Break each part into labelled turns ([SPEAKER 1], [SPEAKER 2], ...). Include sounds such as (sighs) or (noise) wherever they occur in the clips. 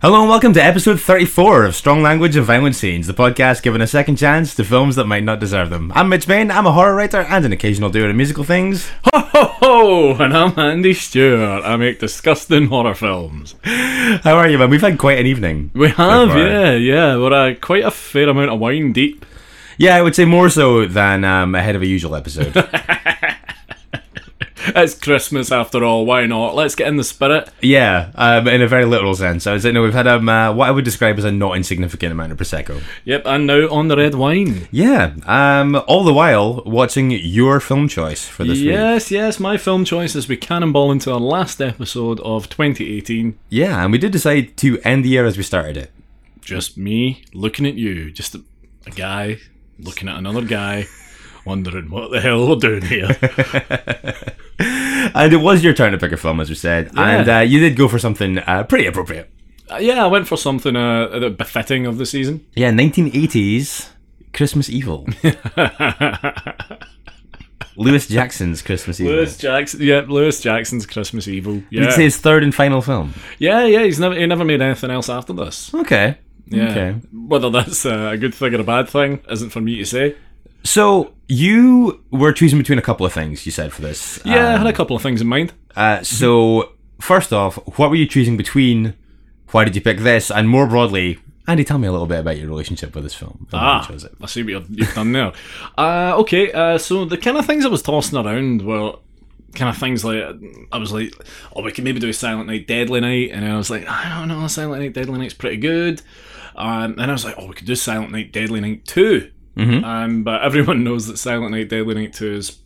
[SPEAKER 1] Hello and welcome to episode 34 of Strong Language and Violent Scenes, the podcast giving a second chance to films that might not deserve them. I'm Mitch Bain, I'm a horror writer and an occasional doer of musical things.
[SPEAKER 2] Ho ho ho! Oh, And I'm Andy Stewart. I make disgusting horror films.
[SPEAKER 1] How are you, man? We've had quite an evening.
[SPEAKER 2] We have,
[SPEAKER 1] far.
[SPEAKER 2] yeah, yeah. We're uh, quite a fair amount of wine deep.
[SPEAKER 1] Yeah, I would say more so than um, ahead of a usual episode.
[SPEAKER 2] It's Christmas after all, why not? Let's get in the spirit.
[SPEAKER 1] yeah, um, in a very literal sense. I would say, no, we've had um, uh, what I would describe as a not insignificant amount of Prosecco.
[SPEAKER 2] Yep, and now on the red wine.
[SPEAKER 1] Yeah, um, all the while watching your film choice for this week.
[SPEAKER 2] Yes, yes, my film choice as we cannonball into our last episode of 2018.
[SPEAKER 1] Yeah, and we did decide to end the year as we started it.
[SPEAKER 2] Just me looking at you, just a, a guy looking at another guy, wondering what the hell we're doing here.
[SPEAKER 1] And it was your turn to pick a film, as we said, and uh, you did go for something uh, pretty appropriate.
[SPEAKER 2] Uh, yeah, I went for something uh, that befitting of the season.
[SPEAKER 1] Yeah, 1980s Christmas (laughs) Evil. Lewis Jackson's Christmas Evil.
[SPEAKER 2] Lewis Jackson, yeah, Lewis Jackson's Christmas Evil. Yeah,
[SPEAKER 1] It's his third and final film.
[SPEAKER 2] yeah, yeah. He's never he never made anything else after this.
[SPEAKER 1] Okay.
[SPEAKER 2] Yeah.
[SPEAKER 1] Okay.
[SPEAKER 2] Whether that's uh, a good thing or a bad thing isn't for me to say.
[SPEAKER 1] So you were choosing between a couple of things you said for this. Um,
[SPEAKER 2] Yeah, I had a couple of things in mind.
[SPEAKER 1] Uh, so first off, what were you choosing between? Why did you pick this? And more broadly, Andy, tell me a little bit about your relationship with this film. and why you
[SPEAKER 2] Ah,
[SPEAKER 1] chose it.
[SPEAKER 2] I see what you've, you've done there. (laughs) Uh, okay, uh, so the kind of things I was tossing around were kind of things like I was like, oh, we could maybe do Silent Night, Deadly Night, and then I was like, I don't know, Silent Night, Deadly Night's pretty good. Um, and I was like, oh, we could do Silent Night, Deadly Night 2
[SPEAKER 1] Mm-hmm.
[SPEAKER 2] Um, but everyone (laughs) knows that Silent Night, Deadly Night two is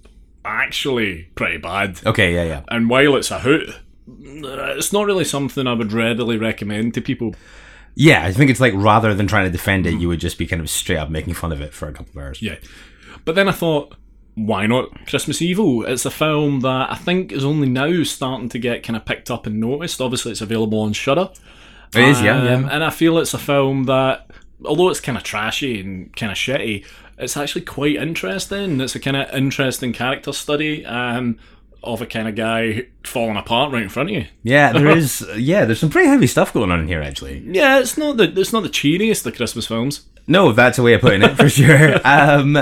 [SPEAKER 2] actually pretty bad.
[SPEAKER 1] Okay. Yeah. Yeah.
[SPEAKER 2] And while it's a hoot, it's not really something I would readily recommend to people.
[SPEAKER 1] Yeah. I think it's like rather than trying to defend it, you would just be kind of straight up making fun of it for a couple of hours.
[SPEAKER 2] Yeah. But then I thought, why not Christmas Evil? It's a film that I think is only now starting to get kind of picked up and noticed. Obviously, it's available on Shudder.
[SPEAKER 1] It is. Yeah. yeah.
[SPEAKER 2] Um, And I feel it's a film that, although it's kind of trashy and kind of shitty, it's actually quite interesting. It's a kind of interesting character study um, of a kind of guy falling apart right in front of you.
[SPEAKER 1] Yeah, there is. Yeah, there's some pretty heavy stuff going on in here, actually.
[SPEAKER 2] Yeah, it's not the it's not the cheeriest of Christmas films.
[SPEAKER 1] No, that's a way of putting it for (laughs) sure. Um,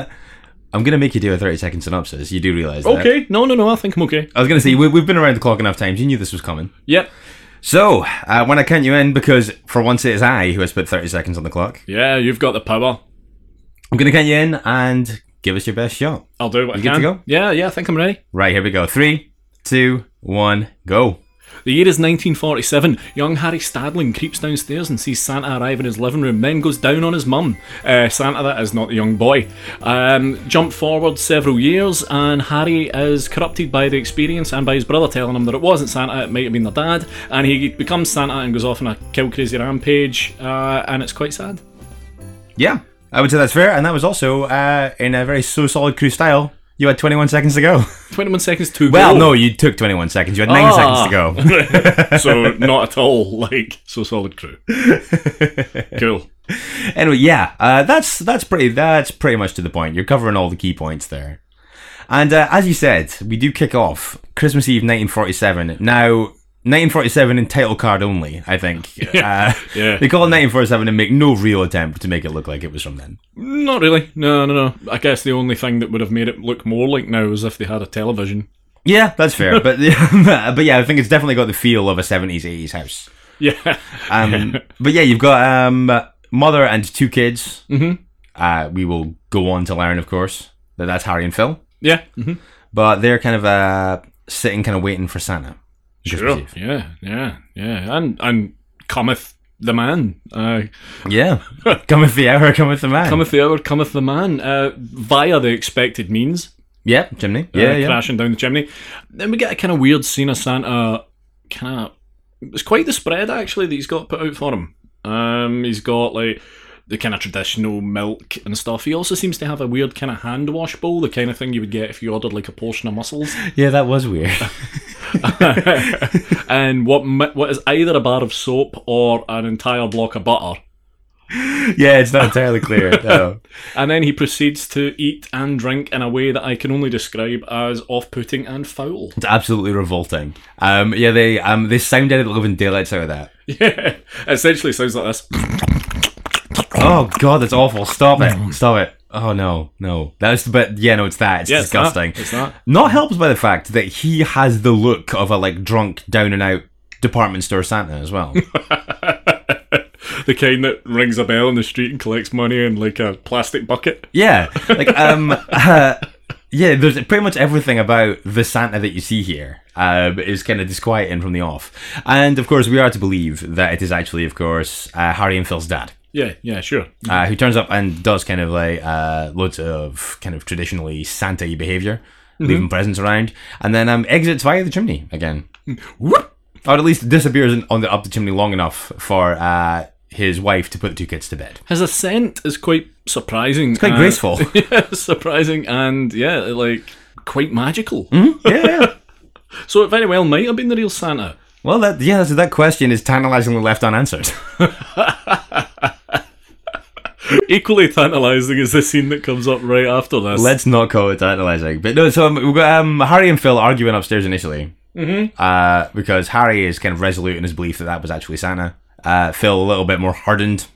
[SPEAKER 1] I'm gonna make you do a 30 second synopsis. You do realize that?
[SPEAKER 2] Okay, no, no, no. I think I'm okay.
[SPEAKER 1] I was gonna say we, we've been around the clock enough times. You knew this was coming.
[SPEAKER 2] Yep.
[SPEAKER 1] So uh, when I count you in, because for once it is I who has put 30 seconds on the clock,
[SPEAKER 2] Yeah, you've got the power.
[SPEAKER 1] I'm gonna count you in and give us your best shot.
[SPEAKER 2] I'll do what I
[SPEAKER 1] good to
[SPEAKER 2] can.
[SPEAKER 1] go?
[SPEAKER 2] Yeah, yeah, I think I'm ready.
[SPEAKER 1] Right here we go. Three, two, one, go.
[SPEAKER 2] The year is 1947. Young Harry Stadling creeps downstairs and sees Santa arrive in his living room, then goes down on his mum. Uh, Santa, that is not the young boy. Um, jump forward several years, and Harry is corrupted by the experience and by his brother telling him that it wasn't Santa, it might have been their dad. And he becomes Santa and goes off on a kill crazy rampage, uh, and it's quite sad.
[SPEAKER 1] Yeah, I would say that's fair, and that was also uh, in a very so solid crew style. You had 21 seconds to go.
[SPEAKER 2] 21 seconds to
[SPEAKER 1] Well, no,
[SPEAKER 2] go.
[SPEAKER 1] you took 21 seconds. You had nine
[SPEAKER 2] Ah.
[SPEAKER 1] seconds to go.
[SPEAKER 2] (laughs) no. so, not at all. Like, so solid (laughs) crew. cool.
[SPEAKER 1] Anyway, yeah, uh, that's that's pretty that's pretty much to the point. You're covering all the key points there. And uh, as you said, we do kick off Christmas Eve, 1947. Now, 1947 in title card only, I think. Uh,
[SPEAKER 2] (laughs) Yeah.
[SPEAKER 1] They call it 1947 and make no real attempt to make it look like it was from then.
[SPEAKER 2] Not really. No, no, no. I guess the only thing that would have made it look more like now is if they had a television. (laughs)
[SPEAKER 1] Yeah, that's fair. but (laughs) but yeah, I think it's definitely got the feel of a 70s, 80s house.
[SPEAKER 2] Yeah.
[SPEAKER 1] (laughs) Um, but yeah, you've got um, mother and two kids. Mm-hmm. uh, we will go on to learn, of course, that that's Harry and Phil.
[SPEAKER 2] Yeah. hmm
[SPEAKER 1] But they're kind of uh, sitting, kind of waiting for Santa. Christmas Eve.
[SPEAKER 2] Yeah. Yeah. Yeah. And and cometh the man. Uh,
[SPEAKER 1] Yeah. (laughs) cometh the hour, cometh the man.
[SPEAKER 2] cometh the hour, cometh the man. Uh, via the expected means.
[SPEAKER 1] yeah, chimney.
[SPEAKER 2] uh,
[SPEAKER 1] Yeah, yeah.
[SPEAKER 2] crashing down the chimney. Then we get a kind of weird scene of Santa. Kind of, it's quite the spread actually that he's got put out for him. Um, he's got like the kind of traditional milk and stuff. He also seems to have a weird kind of hand wash bowl, the kind of thing you would get if you ordered like a portion of
[SPEAKER 1] (laughs)
[SPEAKER 2] mussels.
[SPEAKER 1] Yeah, that was weird. (laughs)
[SPEAKER 2] and what mi- what is either a bar of soap or an entire block of butter.
[SPEAKER 1] yeah, it's not entirely (laughs) clear. No.
[SPEAKER 2] And then he proceeds to eat and drink in a way that I can only describe as off-putting and foul. (laughs)
[SPEAKER 1] It's absolutely revolting. Um, yeah, they um, they sounded the living daylights out of that.
[SPEAKER 2] Yeah, essentially sounds like this.
[SPEAKER 1] Oh god, that's awful. Stop it. Stop it. Oh no, no. That's but yeah, no, it's that. It's
[SPEAKER 2] Yeah, it's that.
[SPEAKER 1] disgusting.
[SPEAKER 2] It's that.
[SPEAKER 1] Not helped by the fact that he has the look of a like drunk, down and out department store Santa as well.
[SPEAKER 2] the kind that rings a bell in the street and collects money in like a plastic bucket.
[SPEAKER 1] yeah, like um, uh, yeah. There's pretty much everything about the Santa that you see here um, is kind of disquieting from the off. And of course, we are to believe that it is actually, of course, uh, Harry and Phil's dad.
[SPEAKER 2] Yeah, yeah, sure.
[SPEAKER 1] uh, who turns up and does kind of like uh, loads of kind of traditionally Santa y behavior, leaving presents around, and then um, exits via the chimney again.
[SPEAKER 2] Whoop.
[SPEAKER 1] Or at least disappears in, on the, up the chimney long enough for uh, his wife to put the two kids to bed.
[SPEAKER 2] His ascent is quite surprising. It's
[SPEAKER 1] Quite graceful.
[SPEAKER 2] (laughs) Yeah, surprising and yeah, like quite magical.
[SPEAKER 1] yeah, yeah.
[SPEAKER 2] So it very well might have been the real Santa. (laughs)
[SPEAKER 1] Well, that yeah, so that question is tantalizingly left unanswered. (laughs)
[SPEAKER 2] Equally tantalising is the scene that comes up right after this.
[SPEAKER 1] Let's not call it tantalizing. But no, so um, we've got um, Harry and Phil arguing upstairs initially. Mm-hmm. Uh, because Harry is kind of resolute in his belief that that was actually Santa. Uh, Phil, a little bit more hardened,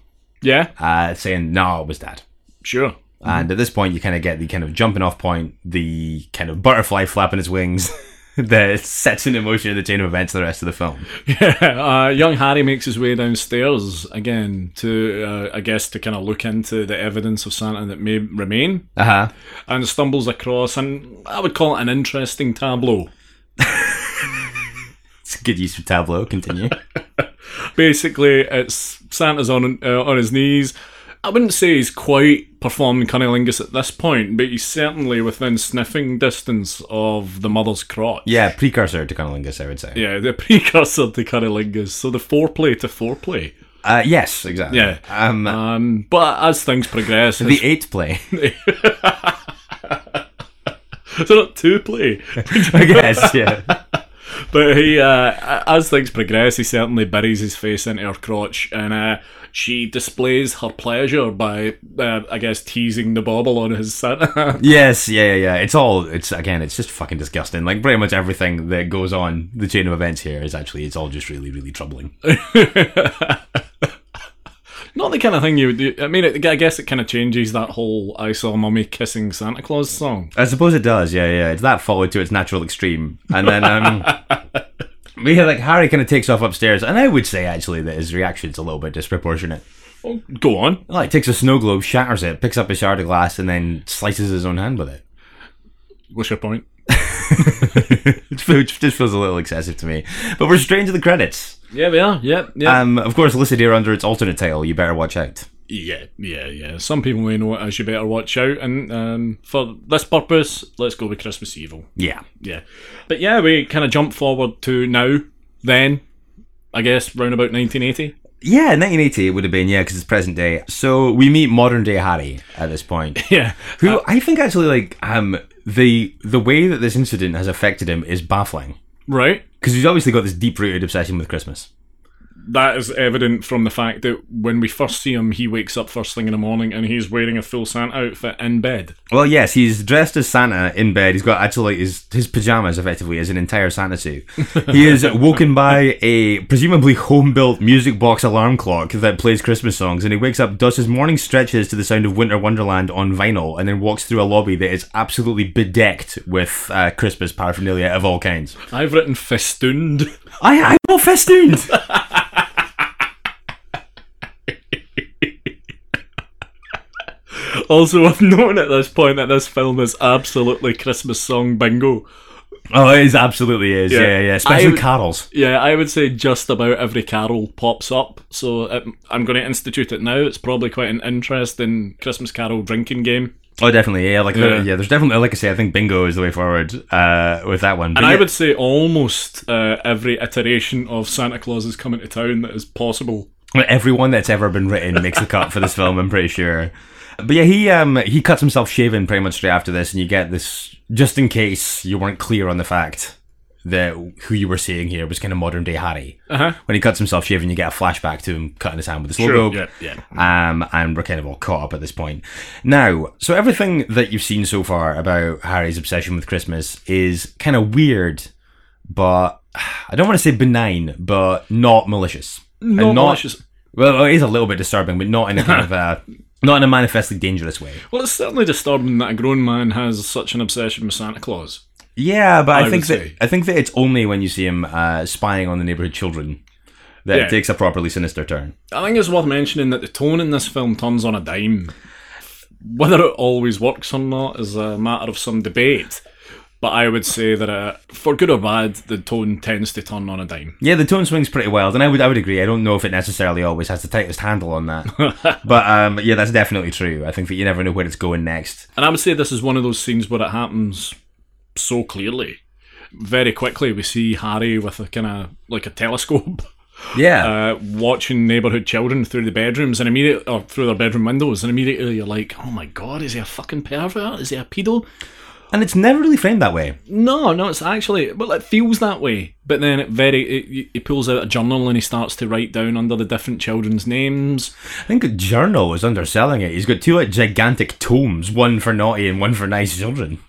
[SPEAKER 2] yeah,
[SPEAKER 1] uh, saying, no, it was dad.
[SPEAKER 2] sure. (laughs)
[SPEAKER 1] And at this point, you kind of get the kind of jumping off point, the kind of butterfly flapping its wings (laughs) that sets in motion the chain of events for the rest of the film.
[SPEAKER 2] Yeah, uh, young Harry makes his way downstairs again to, uh, I guess, to kind of look into the evidence of Santa that may remain,
[SPEAKER 1] Uh huh.
[SPEAKER 2] and stumbles across, and I would call it an interesting tableau.
[SPEAKER 1] It's a good use of tableau. Continue.
[SPEAKER 2] Basically, it's Santa's on uh, on his knees. I wouldn't say he's quite performing cunnilingus at this point, but he's certainly within sniffing distance of the mother's crotch.
[SPEAKER 1] (laughs) yeah, precursor to Cunnilingus, I would say.
[SPEAKER 2] Yeah, the (laughs) precursor to cunnilingus, so the foreplay to foreplay.
[SPEAKER 1] Uh, yes, exactly.
[SPEAKER 2] Yeah.
[SPEAKER 1] Um,
[SPEAKER 2] Um, but as things progress,
[SPEAKER 1] the eight (laughs) play,
[SPEAKER 2] it's (laughs) not two
[SPEAKER 1] (laughs)
[SPEAKER 2] play.
[SPEAKER 1] I guess. Yeah.
[SPEAKER 2] But he, uh, as things progress, he certainly buries his face into her crotch, and uh, she displays her pleasure by, uh, I guess, teasing the bauble on his Santa.
[SPEAKER 1] yes. Yeah. Yeah. yeah. It's all. It's again. It's just fucking disgusting. Like pretty much everything that goes on the chain of events here is actually. It's all just really, really troubling.
[SPEAKER 2] (laughs) Not the kind of thing you would do. I mean, it, I guess it kind of changes that whole "I saw mummy kissing Santa Claus" song.
[SPEAKER 1] I suppose it does. Yeah, yeah. It's that followed to its natural extreme, and then (laughs) um, we have like Harry kind of takes off upstairs, and I would say actually that his reaction's a little bit disproportionate.
[SPEAKER 2] Oh, go on.
[SPEAKER 1] Like takes a snow globe, shatters it, picks up a shard of glass, and then slices his own hand with it.
[SPEAKER 2] What's your point?
[SPEAKER 1] It fe- it just feels a little excessive to me. But we're straight into the credits.
[SPEAKER 2] Yeah, we are. Yeah, yeah,
[SPEAKER 1] Um, of course, listed here under its alternate title. You better watch out.
[SPEAKER 2] yeah, yeah, yeah. Some people may know it as "You Better Watch Out," and um, for this purpose, let's go with Christmas Evil.
[SPEAKER 1] Yeah,
[SPEAKER 2] yeah. But yeah, we kind of jump forward to now, then, I guess, round about 1980.
[SPEAKER 1] yeah. 1980 it would have been yeah, because it's present day. So we meet modern day Harry at this point.
[SPEAKER 2] (laughs) Yeah.
[SPEAKER 1] Who I think actually like um the the way that this incident has affected him is baffling
[SPEAKER 2] Right?
[SPEAKER 1] because he's obviously got this deep rooted obsession with Christmas.
[SPEAKER 2] That is evident from the fact that when we first see him, he wakes up first thing in the morning and he's wearing a full Santa outfit in bed.
[SPEAKER 1] Well, yes, he's dressed as Santa in bed. He's got actually his his pajamas effectively as an entire Santa suit.
[SPEAKER 2] (laughs)
[SPEAKER 1] He is woken by a presumably home built music box alarm clock that plays Christmas songs, and he wakes up, does his morning stretches to the sound of Winter Wonderland on vinyl, and then walks through a lobby that is absolutely bedecked with uh, Christmas paraphernalia of all kinds.
[SPEAKER 2] I've written festooned. (laughs)
[SPEAKER 1] I I'm all festooned.
[SPEAKER 2] Also, I've known at this point that this film is absolutely Christmas song bingo.
[SPEAKER 1] Oh, it is absolutely is.
[SPEAKER 2] Yeah.
[SPEAKER 1] Yeah, yeah. Especially
[SPEAKER 2] I-
[SPEAKER 1] carols.
[SPEAKER 2] Yeah, I would say just about every carol pops up, so um, I'm going to institute it now. It's probably quite an interesting Christmas carol drinking game.
[SPEAKER 1] Oh, definitely. Yeah, like
[SPEAKER 2] Yeah.
[SPEAKER 1] yeah. There's definitely like I say. I think bingo is the way forward uh, with that one. But
[SPEAKER 2] And I
[SPEAKER 1] yeah,
[SPEAKER 2] would say almost uh, every iteration of Santa Claus is coming to town that is possible.
[SPEAKER 1] everyone that's ever been written makes the cut for this film. I'm pretty sure. But yeah, he um he cuts himself shaving pretty much straight after this, and you get this just in case you weren't clear on the fact that who you were seeing here was kind of modern day Harry.
[SPEAKER 2] Uh-huh.
[SPEAKER 1] When he cuts himself shaving, you get a flashback to him cutting his hand with his logo.
[SPEAKER 2] yeah.
[SPEAKER 1] Um, and we're kind of all caught up at this point. Now, so everything that you've seen so far about Harry's obsession with Christmas is kind of weird, but (sighs) I don't want to say benign, but not malicious. And
[SPEAKER 2] No, malicious.
[SPEAKER 1] Well, it is a little bit disturbing, but not in a kind
[SPEAKER 2] (laughs)
[SPEAKER 1] of a, not in a manifestly dangerous way.
[SPEAKER 2] Well, it's certainly disturbing that a grown man has such an obsession with Santa Claus.
[SPEAKER 1] Yeah, but I,
[SPEAKER 2] I
[SPEAKER 1] think
[SPEAKER 2] would
[SPEAKER 1] that
[SPEAKER 2] say.
[SPEAKER 1] I think that it's only when you see him uh, spying on the neighborhood children that
[SPEAKER 2] Yeah.
[SPEAKER 1] it takes a properly sinister turn.
[SPEAKER 2] I think it's worth mentioning that the tone in this film turns on a dime. Whether it always works or not is a matter of some debate. But I would say that, uh, for good or bad, the tone tends to turn on a dime.
[SPEAKER 1] Yeah, the tone swings pretty wild, and I would I would agree. I don't know if it necessarily always has the tightest handle
[SPEAKER 2] (laughs)
[SPEAKER 1] on that, but um, yeah, that's definitely true. I think that you never know where it's going next.
[SPEAKER 2] And I would say this is one of those scenes where it happens so clearly. Very quickly, we see Harry with a kind of like a telescope (laughs)
[SPEAKER 1] Yeah,
[SPEAKER 2] uh, watching neighborhood children through the bedrooms and immediately or through their bedroom windows, and immediately you're like, "Oh my god, is he a fucking pervert? Is he a pedo?"
[SPEAKER 1] and it's never really framed that way.
[SPEAKER 2] No, no, it's actually well, it feels that way. But then it very it- he- he pulls out a journal and he starts to write down under the different children's names.
[SPEAKER 1] I think a journal is underselling it. He's got two like gigantic tomes, one for naughty and one for nice children. (laughs)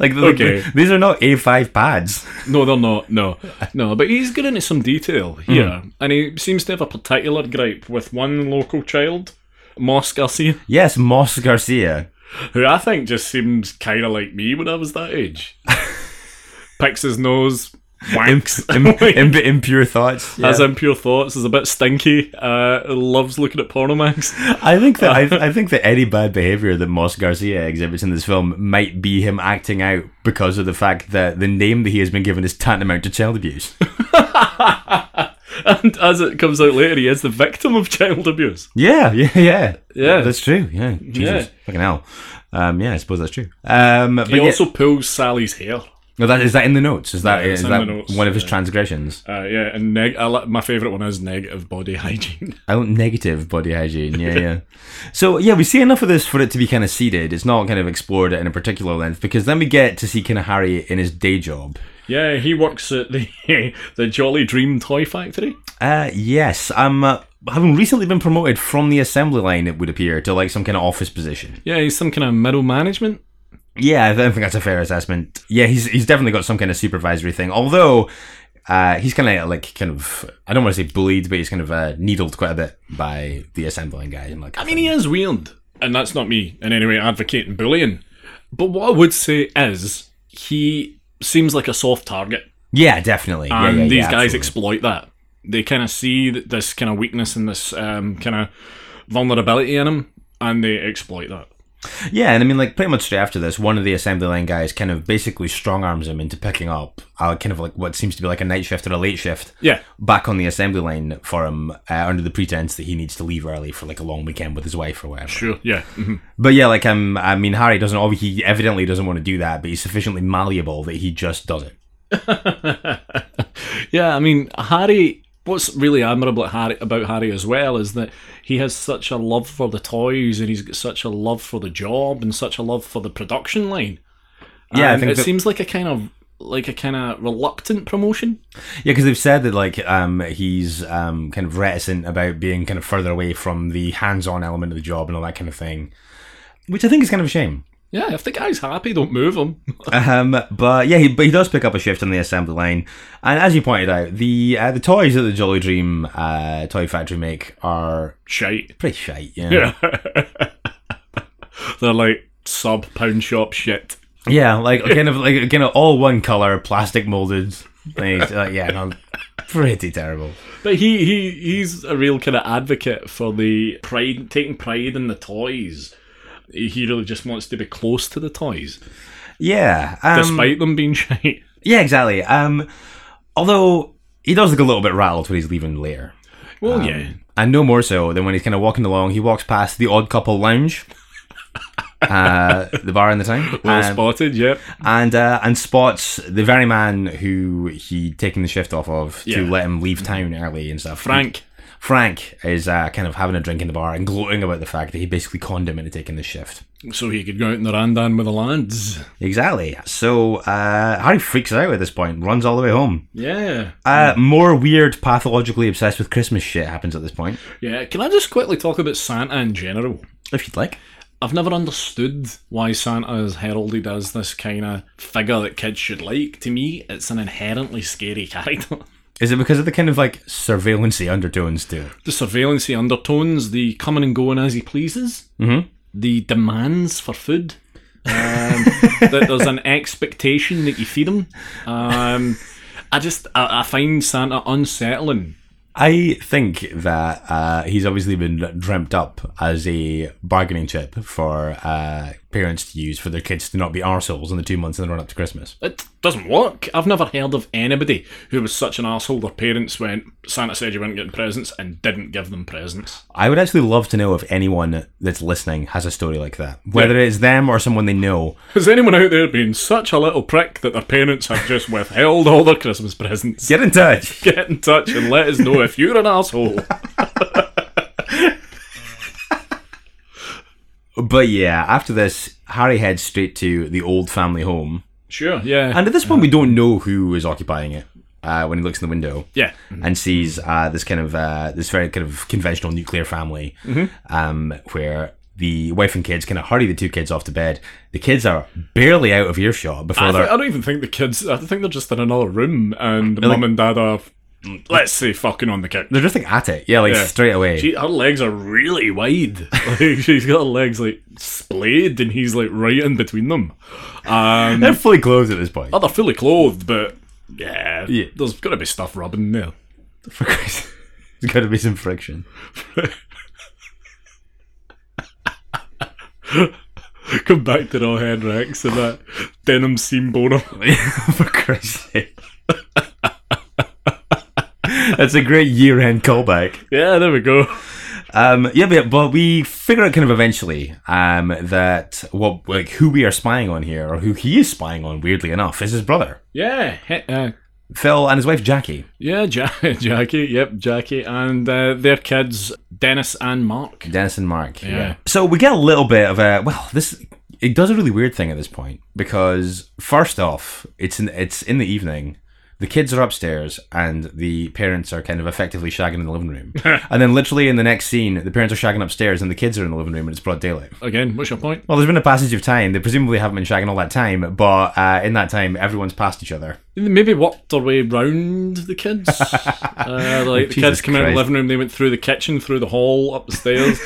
[SPEAKER 1] like the-
[SPEAKER 2] Okay.
[SPEAKER 1] these are not A five pads.
[SPEAKER 2] No, they're not. No, no. But he's got into some detail here,
[SPEAKER 1] Hmm.
[SPEAKER 2] and he seems to have a particular gripe with one local child. Moss Garcia,
[SPEAKER 1] Yes, Moss Garcia.
[SPEAKER 2] who I think just seems kind of like me when I was that
[SPEAKER 1] (laughs)
[SPEAKER 2] age. Picks his nose, wanks, (laughs)
[SPEAKER 1] Im- im- impure thoughts. Yeah.
[SPEAKER 2] has impure thoughts, is a bit stinky, uh, loves looking at pornomags.
[SPEAKER 1] I think that I, I think that any bad behavior that Moss Garcia exhibits in this film might be him acting out because of the fact that the name that he has been given is tantamount to
[SPEAKER 2] (laughs)
[SPEAKER 1] child abuse.
[SPEAKER 2] (laughs) and as it comes out later, he is the victim of child abuse.
[SPEAKER 1] yeah, yeah, yeah,
[SPEAKER 2] Yeah.
[SPEAKER 1] That's true. Yeah, Jesus,
[SPEAKER 2] Yeah.
[SPEAKER 1] fucking hell. Um, yeah, I suppose that's true. Um, but
[SPEAKER 2] He
[SPEAKER 1] yeah,
[SPEAKER 2] also pulls Sally's hair.
[SPEAKER 1] no, that is that in the notes. Is that
[SPEAKER 2] Yeah,
[SPEAKER 1] is
[SPEAKER 2] it's in
[SPEAKER 1] that
[SPEAKER 2] the notes,
[SPEAKER 1] one of his
[SPEAKER 2] yeah.
[SPEAKER 1] transgressions?
[SPEAKER 2] Uh, yeah, and neg- I li- my favourite one is negative body (laughs) hygiene.
[SPEAKER 1] I don't Oh, negative body hygiene.
[SPEAKER 2] (laughs)
[SPEAKER 1] Yeah, yeah. So yeah, we see enough of this for it to be kind of seeded. It's not kind of explored in a particular length because then we get to see kind of Harry in his day job.
[SPEAKER 2] yeah, he works at the (laughs) the Jolly Dream toy factory.
[SPEAKER 1] Uh, yes, I'm uh, having recently been promoted from the assembly line. It would appear to like some kind of office position.
[SPEAKER 2] Yeah, he's some kind of middle management.
[SPEAKER 1] Yeah, I don't think that's a fair assessment. Yeah, he's he's definitely got some kind of supervisory thing. Although, uh, he's kind of like kind of I don't want to say bullied, but he's kind of uh, needled quite a bit by the assembly line guy. And like,
[SPEAKER 2] I mean, he is weird, and that's not me in any way advocating bullying. But what I would say is he seems like a soft target.
[SPEAKER 1] yeah, definitely. Yeah,
[SPEAKER 2] and
[SPEAKER 1] yeah, yeah,
[SPEAKER 2] these guys
[SPEAKER 1] absolutely.
[SPEAKER 2] exploit that. They kind of see th- this kind of weakness and this um, kind of vulnerability in him, and they exploit that.
[SPEAKER 1] Yeah, and I mean, like, pretty much straight after this, one of the assembly line guys kind of basically strong arms him into picking up uh, kind of like what seems to be like a night shift or a late shift.
[SPEAKER 2] Yeah,
[SPEAKER 1] back on the assembly line for him uh, under the pretense that he needs to leave early for like a long weekend with his wife or whatever.
[SPEAKER 2] sure, yeah, hmm
[SPEAKER 1] But yeah, like um, I mean, Harry doesn't. obvi- He evidently doesn't want to do that, but he's sufficiently malleable that he just does it.
[SPEAKER 2] (laughs) yeah. I mean, Harry. What's really admirable at Harry, about Harry as well is that he has such a love for the toys, and he's got such a love for the job, and such a love for the production line.
[SPEAKER 1] Yeah, I
[SPEAKER 2] And
[SPEAKER 1] think
[SPEAKER 2] it
[SPEAKER 1] that-
[SPEAKER 2] seems like a kind of like a kind of reluctant promotion.
[SPEAKER 1] Yeah, because they've said that like um, he's um, kind of reticent about being kind of further away from the hands-on element of the job and all that kind of thing, which I think is kind of a shame.
[SPEAKER 2] Yeah, if the guy's happy, don't move him. (laughs)
[SPEAKER 1] Um, but yeah, he, but he does pick up a shift on the assembly line, and as you pointed out, the uh, the toys that the Jolly Dream uh, toy factory make are
[SPEAKER 2] Shite.
[SPEAKER 1] pretty shite.
[SPEAKER 2] Yeah. They're like sub pound shop shit.
[SPEAKER 1] Yeah, like kind of like kind of all one color, plastic molded things. Uh, yeah, no, Pretty terrible.
[SPEAKER 2] But he, he he's a real kind of advocate for the pride, taking pride in the toys. He really just wants to be close to the toys,
[SPEAKER 1] Yeah. Um,
[SPEAKER 2] despite them being (laughs) shite.
[SPEAKER 1] Yeah, exactly. Um, although he does look a little bit rattled when he's leaving later.
[SPEAKER 2] Well, yeah,
[SPEAKER 1] And no more so than when he's kind of walking along, he walks past the Odd
[SPEAKER 2] (laughs)
[SPEAKER 1] Couple Lounge, uh, the bar in the town,
[SPEAKER 2] well
[SPEAKER 1] um,
[SPEAKER 2] spotted. Yep.
[SPEAKER 1] and uh, and spots the very man who he'd taken the shift off of to
[SPEAKER 2] Yeah.
[SPEAKER 1] let him leave town early and stuff.
[SPEAKER 2] Frank.
[SPEAKER 1] Frank is uh, kind of having a drink in the bar and gloating about the fact that he basically conned him into taking the shift.
[SPEAKER 2] So he could go out in the randan with the lads.
[SPEAKER 1] Exactly. So uh, Harry freaks out at this point, runs all the way home.
[SPEAKER 2] Yeah.
[SPEAKER 1] Uh, more weird, pathologically obsessed with Christmas shit happens at this point.
[SPEAKER 2] Yeah. Can I just quickly talk about Santa in general?
[SPEAKER 1] If you'd like.
[SPEAKER 2] I've never understood why Santa is heralded as this kind of figure that kids should like. To me, it's an inherently scary (laughs) character.
[SPEAKER 1] Is it because of the kind of like surveillancy undertones to it?
[SPEAKER 2] The surveillance, the undertones, the coming and going as he pleases,
[SPEAKER 1] Mhm.
[SPEAKER 2] the demands for food, um, that there's an expectation that you feed him. Um, I just I, I find Santa unsettling.
[SPEAKER 1] I think that uh, he's obviously been dreamt up as a bargaining chip for uh, parents to use for their kids to not be arseholes in the two months in the run up to Christmas.
[SPEAKER 2] It doesn't work. I've never heard of anybody who was such an asshole. Their parents went, Santa said you weren't getting presents, and didn't give them presents.
[SPEAKER 1] I would actually love to know if anyone that's listening has a story like that, whether it's them or someone they know.
[SPEAKER 2] Has anyone out there been such a little prick that their parents have just withheld all their Christmas presents?
[SPEAKER 1] Get in touch.
[SPEAKER 2] Get in touch and let us know if you're an asshole.
[SPEAKER 1] But yeah, after this, Harry heads straight to the old family home.
[SPEAKER 2] Sure, yeah.
[SPEAKER 1] And at this point, we
[SPEAKER 2] Um,
[SPEAKER 1] don't know who is occupying it uh, when he looks in the window.
[SPEAKER 2] yeah.
[SPEAKER 1] and sees uh, this kind of uh, this very kind of conventional nuclear family
[SPEAKER 2] Mm-hmm.
[SPEAKER 1] um, where the wife and kids kind of hurry the two kids off to bed. The kids are barely out of earshot before
[SPEAKER 2] I,
[SPEAKER 1] they're
[SPEAKER 2] th- I don't even think the kids, I think they're just in another room and mum and dad are, Mm, let's say, fucking on the couch.
[SPEAKER 1] they're just like at it. Yeah, like
[SPEAKER 2] Yeah.
[SPEAKER 1] straight away.
[SPEAKER 2] She, her legs are really wide. (laughs) Like, she's got her legs like splayed and he's like right in between them. Um, (laughs)
[SPEAKER 1] they're fully clothed at this point.
[SPEAKER 2] Oh, they're fully clothed, but yeah,
[SPEAKER 1] Yeah.
[SPEAKER 2] there's got to be stuff rubbing there. (laughs)
[SPEAKER 1] For Christ. (laughs) There's got to be some friction. (laughs)
[SPEAKER 2] Come back to the head Rex and that denim seam boner. (laughs)
[SPEAKER 1] For Christ's sake. (laughs) That's a great year-end callback.
[SPEAKER 2] Yeah, there we go.
[SPEAKER 1] Um, yeah, but, but we figure out kind of eventually um, that what like who we are spying on here, or who he is spying on, weirdly enough, is his brother
[SPEAKER 2] Yeah, he- uh,
[SPEAKER 1] Phil and his wife Jackie.
[SPEAKER 2] yeah, ja- (laughs) Jackie. Yep, Jackie and uh, their kids, Dennis and Mark.
[SPEAKER 1] Dennis and Mark. Yeah.
[SPEAKER 2] Yeah.
[SPEAKER 1] So we get a little bit of a well, this it does a really weird thing at this point because first off, it's in it's in the evening. The kids are upstairs and the parents are kind of effectively shagging in the living (laughs) room. and then literally in the next scene, the parents are shagging upstairs and the kids are in the living room and it's broad daylight.
[SPEAKER 2] Again, what's your point?
[SPEAKER 1] Well, there's been a passage of time. They presumably haven't been shagging all that time, but uh, in that time, everyone's passed each other.
[SPEAKER 2] Maybe worked their way round the kids. uh, like the
[SPEAKER 1] Jesus
[SPEAKER 2] kids came out of the
[SPEAKER 1] Christ.
[SPEAKER 2] living room, they went through the kitchen, through the hall, up the stairs.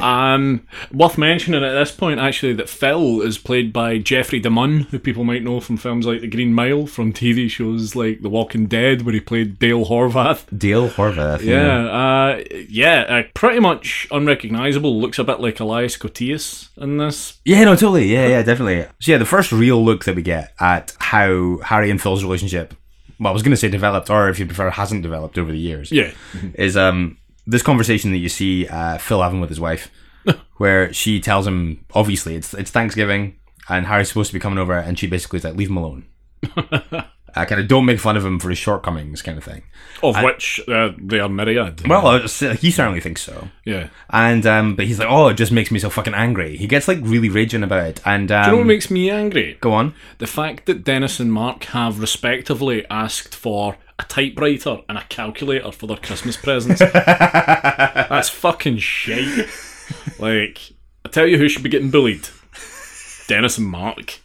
[SPEAKER 2] um, worth mentioning at this point, actually, that Phil is played by Jeffrey DeMunn, who people might know from films like The Green Mile, from TV shows like The Walking Dead, where he played Dale Horvath.
[SPEAKER 1] Dale Horvath.
[SPEAKER 2] Yeah, uh, yeah, uh, pretty much unrecognisable. Looks a bit like Elias Cotillas in this.
[SPEAKER 1] Yeah, no, totally. Yeah, yeah, definitely. So, yeah, the first real look that we get at how Harry and Phil's relationship, well, I was going to say developed, or if you prefer, hasn't developed over the years,
[SPEAKER 2] Yeah,
[SPEAKER 1] is um, this conversation that you see uh, Phil having with
[SPEAKER 2] (laughs)
[SPEAKER 1] his wife, where she tells him, obviously, it's, it's Thanksgiving, and Harry's supposed to be coming over, and she basically is like, leave him
[SPEAKER 2] (laughs)
[SPEAKER 1] alone. uh, kind of don't make fun of him for his shortcomings, kind of thing.
[SPEAKER 2] of which uh, they are myriad.
[SPEAKER 1] Well, I was- he certainly thinks so.
[SPEAKER 2] yeah.
[SPEAKER 1] And um, but he's like, oh, it just makes me so fucking angry. He gets like really raging about it. And um,
[SPEAKER 2] You know what makes me angry?
[SPEAKER 1] go on.
[SPEAKER 2] The fact that Dennis and Mark have respectively asked for a typewriter and a calculator for their Christmas presents. That's fucking shit. Like, I tell you who should be getting bullied. Dennis and Mark.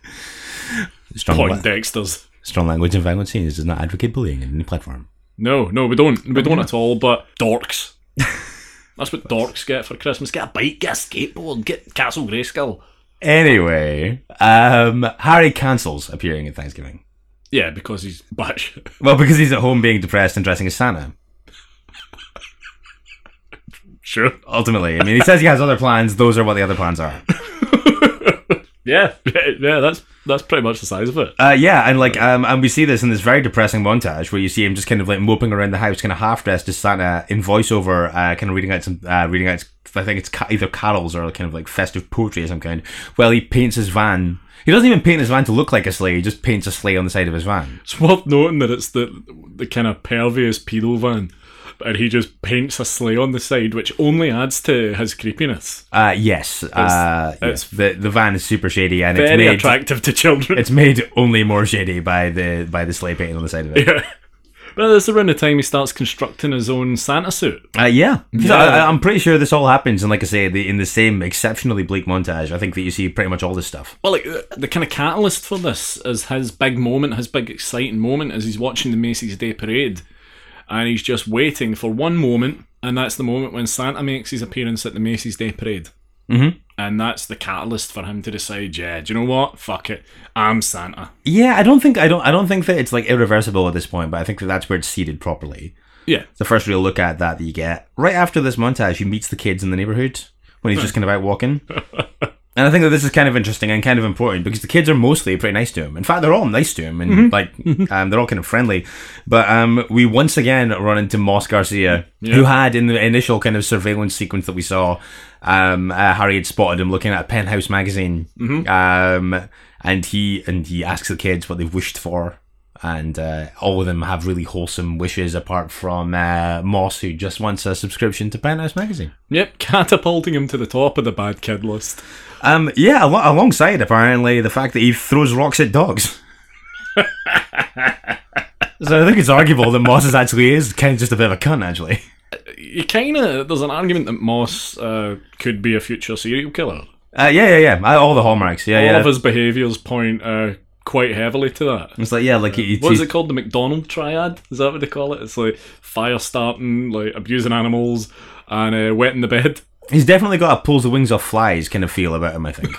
[SPEAKER 1] Strong, la-
[SPEAKER 2] Poindexters.
[SPEAKER 1] strong language and violent scenes does not advocate bullying in any platform.
[SPEAKER 2] No, no, we don't. We don't at all, but dorks. That's what dorks get for Christmas. Get a bike, get a skateboard, get Castle Grayskull.
[SPEAKER 1] Anyway, um, Harry cancels appearing at Thanksgiving.
[SPEAKER 2] Yeah, because he's (laughs) batshit.
[SPEAKER 1] Well, because he's at home being depressed and dressing as Santa.
[SPEAKER 2] Sure.
[SPEAKER 1] Ultimately, I mean, he says he has other plans. Those are what the other plans are.
[SPEAKER 2] Yeah, (laughs) yeah, that's that's pretty much the size of it.
[SPEAKER 1] Uh, yeah, and like, um, and we see this in this very depressing montage where you see him just kind of like moping around the house, kind of half dressed as Santa in voiceover, uh, kind of reading out some, uh, reading out. I think it's ca- either carols or kind of like festive poetry of some kind. Well, he paints his van. He doesn't even paint his van to look like a sleigh. He just paints a sleigh on the side of his van.
[SPEAKER 2] It's worth noting that it's the the kind of pervious pedo van, and he just paints a sleigh on the side, which only adds to his creepiness.
[SPEAKER 1] Uh, yes, uh, yes. the the van is super shady and it's
[SPEAKER 2] Very
[SPEAKER 1] made
[SPEAKER 2] attractive to children.
[SPEAKER 1] it's made only more shady by the by the sleigh painting on the side of it.
[SPEAKER 2] yeah. But that's around the time he starts constructing his own Santa suit.
[SPEAKER 1] Uh, yeah, So I, I- I'm pretty sure this all happens, and like I say, the, in the same exceptionally bleak montage, I think that you see pretty much all this stuff.
[SPEAKER 2] Well, like, the, the kind of catalyst for this is his big moment, his big exciting moment, is he's watching the Macy's Day Parade, and he's just waiting for one moment, and that's the moment when Santa makes his appearance at the Macy's Day Parade.
[SPEAKER 1] Mhm.
[SPEAKER 2] And that's the catalyst for him to decide, yeah, do you know what? Fuck it, I'm Santa.
[SPEAKER 1] Yeah, I don't think I don't I don't think that it's like irreversible at this point, but I think that that's where it's seated properly.
[SPEAKER 2] Yeah,
[SPEAKER 1] It's the first real look at that that you get right after this montage. He meets the kids in the neighborhood when he's just kind of out walking. And I think that this is kind of interesting and kind of important because the kids are mostly pretty nice to him. In fact, they're all nice to him and like um, they're all kind of friendly. But um, we once again run into Moss Garcia, who had in the initial kind of surveillance sequence that we saw, um, uh, Harry had spotted him looking at a Penthouse magazine, um, and he and he asks the kids what they've wished for. And uh, all of them have really wholesome wishes, apart from uh, Moss, who just wants a subscription to Penthouse magazine.
[SPEAKER 2] yep, (laughs) catapulting him to the top of the bad kid list.
[SPEAKER 1] Um, yeah, al- alongside apparently the fact that he throws rocks at dogs. (laughs) so I think it's arguable that Moss is actually is kind of just a bit of a cunt, actually.
[SPEAKER 2] You kind of there's an argument that Moss uh, could be a future serial killer.
[SPEAKER 1] Uh, yeah, yeah, yeah. I- All the hallmarks. Yeah,
[SPEAKER 2] All
[SPEAKER 1] yeah.
[SPEAKER 2] of his behaviours point uh, quite heavily to that.
[SPEAKER 1] it's like yeah, like he,
[SPEAKER 2] What is
[SPEAKER 1] he's-
[SPEAKER 2] it called? The McDonald Triad? Is that what they call it? It's like fire starting, like abusing animals, and uh, wetting the bed. (laughs)
[SPEAKER 1] he's definitely got a pulls the wings off flies kind of feel about him. I think.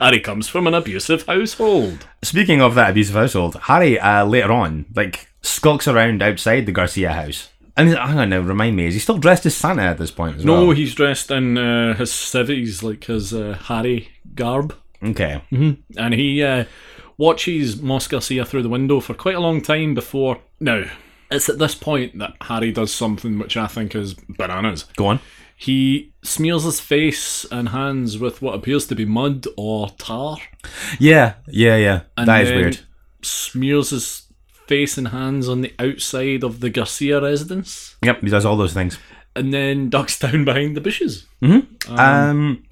[SPEAKER 2] And he comes from an abusive household.
[SPEAKER 1] Speaking of that abusive household, Harry uh, later on like skulks around outside the Garcia house. And he's- hang on now, remind me, is he still dressed as Santa at this point as
[SPEAKER 2] No,
[SPEAKER 1] well?
[SPEAKER 2] Oh, he's dressed in uh, his civvies, like his uh, Harry garb,
[SPEAKER 1] Okay.
[SPEAKER 2] and he uh, watches Mos Garcia through the window for quite a long time before. Now, it's at this point that Harry does something which I think is bananas.
[SPEAKER 1] Go on.
[SPEAKER 2] He smears his face and hands with what appears to be mud or tar.
[SPEAKER 1] Yeah, yeah, yeah. that is
[SPEAKER 2] then
[SPEAKER 1] weird.
[SPEAKER 2] Smears his face and hands on the outside of the Garcia residence,
[SPEAKER 1] Yep, he does all those things.
[SPEAKER 2] and then ducks (laughs) down behind the bushes.
[SPEAKER 1] Um,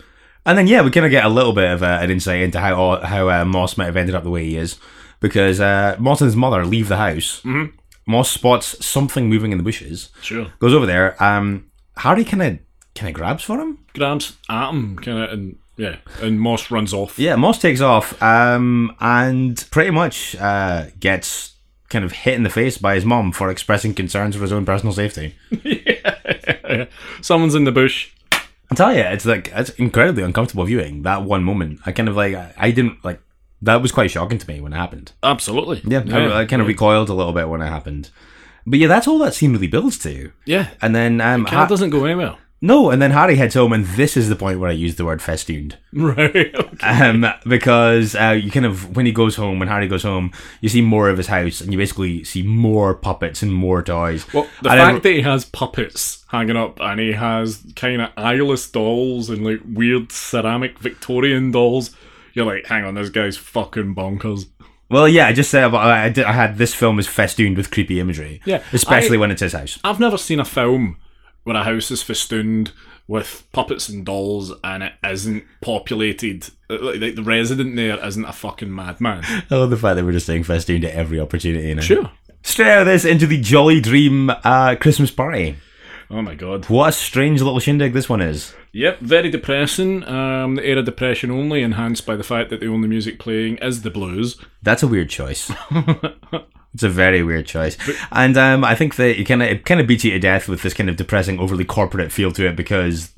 [SPEAKER 1] and then yeah, we kind of get a little bit of uh, an insight into how how uh, Moss might have ended up the way he is, because uh, Moss and his mother leave the house. Mm-hmm. Moss spots something moving in the bushes,
[SPEAKER 2] Sure,
[SPEAKER 1] goes over there. Um, Harry kind of kind of grabs for him.
[SPEAKER 2] grabs at him, kind of, and yeah, and Moss runs off.
[SPEAKER 1] Yeah, Moss takes off um, and pretty much uh, gets kind of hit in the face by his mom for expressing concerns for his own personal safety.
[SPEAKER 2] (laughs) Someone's in the bush.
[SPEAKER 1] I tell you, it's like it's incredibly uncomfortable viewing that one moment. I kind of like I, I didn't like that was quite shocking to me when it happened.
[SPEAKER 2] Absolutely.
[SPEAKER 1] Yeah,
[SPEAKER 2] yeah.
[SPEAKER 1] I, I kind of recoiled a little bit when it happened. But yeah, that's all that scene really builds to.
[SPEAKER 2] yeah.
[SPEAKER 1] And then um,
[SPEAKER 2] Car
[SPEAKER 1] Ha-
[SPEAKER 2] doesn't go anywhere.
[SPEAKER 1] no, and then Harry heads home, and this is the point where I use the word festooned.
[SPEAKER 2] (laughs) Right.
[SPEAKER 1] Um, because uh, you kind of when he goes home, when Harry goes home, you see more of his house, and you basically see more puppets and more toys.
[SPEAKER 2] Well, the
[SPEAKER 1] I
[SPEAKER 2] fact
[SPEAKER 1] don't-
[SPEAKER 2] that he has puppets hanging up and he has kind of eyeless dolls and like weird ceramic Victorian dolls, you're like, hang on, this guy's fucking bonkers.
[SPEAKER 1] Well, yeah, I just said about- I, I, did, I had this film is festooned with creepy imagery.
[SPEAKER 2] Yeah,
[SPEAKER 1] especially
[SPEAKER 2] I-
[SPEAKER 1] when it's his house.
[SPEAKER 2] I've never seen a film where a house is festooned with puppets and dolls and it isn't populated. Uh, Like like, the resident there isn't a fucking madman.
[SPEAKER 1] I love the fact that we're just saying festooned at every opportunity. You know?
[SPEAKER 2] Sure.
[SPEAKER 1] Straight out of this into the Jolly Dream uh, Christmas party.
[SPEAKER 2] Oh my god.
[SPEAKER 1] What a strange little shindig this one is.
[SPEAKER 2] Yep, very depressing. Um, the era of depression only enhanced by the fact that the only music playing is the blues.
[SPEAKER 1] That's a weird choice. It's a very weird choice, and um, I think that it kind of it kind of beats you to death with this kind of depressing, overly corporate feel to it because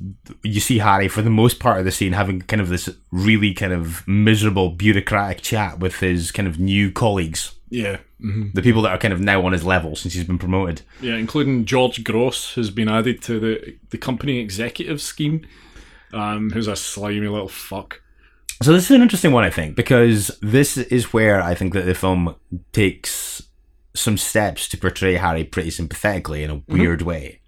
[SPEAKER 1] you see Harry for the most part of the scene having kind of this really kind of miserable bureaucratic chat with his kind of new colleagues,
[SPEAKER 2] Yeah. hmm
[SPEAKER 1] the people that are kind of now on his level since he's been promoted.
[SPEAKER 2] Yeah, including George Gross, who's been added to the, the company executive scheme, um, who's a slimy little fuck.
[SPEAKER 1] So this is an interesting one, I think, because this is where I think that the film takes some steps to portray Harry pretty sympathetically in a weird way.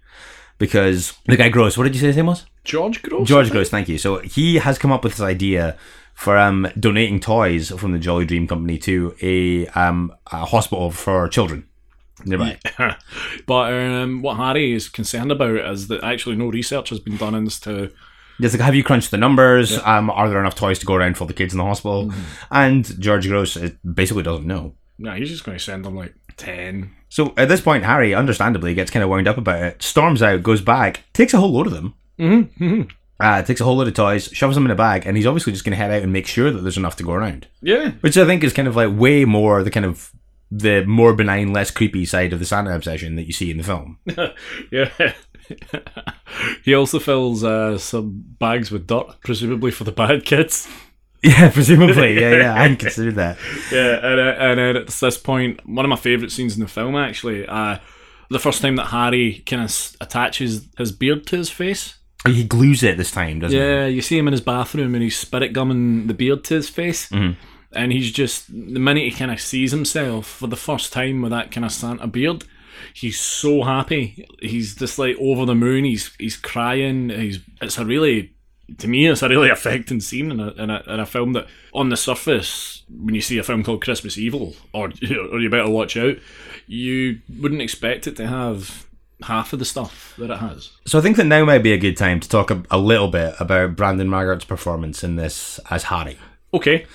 [SPEAKER 1] Because the guy Gross, what did you say his name was?
[SPEAKER 2] George Gross?
[SPEAKER 1] George Gross, thank you. So he has come up with this idea for um, donating toys from the Jolly Dream Company to a, um, a hospital for children nearby.
[SPEAKER 2] (laughs) but um, what Harry is concerned about is that actually no research has been done as to
[SPEAKER 1] It's like, have you crunched the numbers? Um, are there enough toys to go around for the kids in the hospital? And George Gross uh, basically doesn't know.
[SPEAKER 2] Nah, he's just going to send them like 10.
[SPEAKER 1] So at this point, Harry, understandably, gets kind of wound up about it, storms out, goes back, takes a whole load of them,
[SPEAKER 2] Mm-hmm.
[SPEAKER 1] uh, takes a whole load of toys, shoves them in a bag, and he's obviously just going to head out and make sure that there's enough to go around.
[SPEAKER 2] Yeah.
[SPEAKER 1] which I think is kind of like way more the kind of the more benign, less creepy side of the Santa obsession that you see in the film. (laughs)
[SPEAKER 2] Yeah. (laughs) he also fills uh, some bags with dirt, presumably for the bad kids.
[SPEAKER 1] yeah, presumably. Yeah, yeah. I hadn't considered that.
[SPEAKER 2] Yeah, and, uh, and then at this point, one of my favourite scenes in the film actually, uh, the first time that Harry kind of s- attaches his beard to his face.
[SPEAKER 1] He glues it this time, doesn't he?
[SPEAKER 2] Yeah, you see him in his bathroom and he's spirit gumming the beard to his face. And he's just, the minute he kind of sees himself for the first time with that kind of Santa beard, he's so happy. He's just like over the moon. He's he's crying. He's It's a really, to me, it's a really (laughs) affecting scene in a, in a, in a film that, on the surface, when you see a film called Christmas Evil, or, (laughs) or You Better Watch Out, you wouldn't expect it to have half of the stuff that it has.
[SPEAKER 1] So I think that now might be a good time to talk a, a little bit about Brandon Margaret's performance in this as Harry.
[SPEAKER 2] Okay.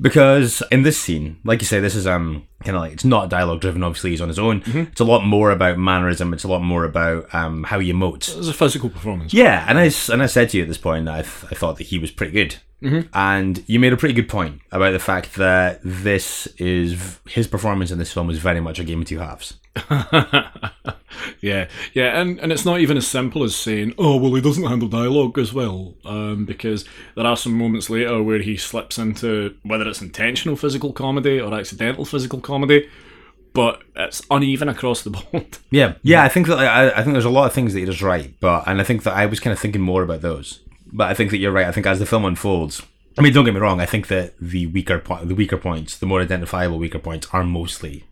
[SPEAKER 1] Because in this scene, like you say, this is um kind of like it's not dialogue driven. Obviously, he's on his own. It's a lot more about mannerism. It's a lot more about um how he emotes.
[SPEAKER 2] It's a physical performance.
[SPEAKER 1] Yeah, and I s- and I said to you at this point, that I, th- I thought that he was pretty good, mm-hmm. and you made a pretty good point about the fact that this is v- his performance in this film is very much a game of two halves.
[SPEAKER 2] yeah, yeah, and, and it's not even as simple as saying, oh, well, he doesn't handle dialogue as well, um, because there are some moments later where he slips into whether it's intentional physical comedy or accidental physical comedy, but it's uneven across the (laughs) board.
[SPEAKER 1] Yeah, yeah, I think that I, I think there's a lot of things that he does right, but and I think that I was kind of thinking more about those. But I think that you're right. I think as the film unfolds, I mean, don't get me wrong. I think that the weaker po- the weaker points, the more identifiable weaker points, are mostly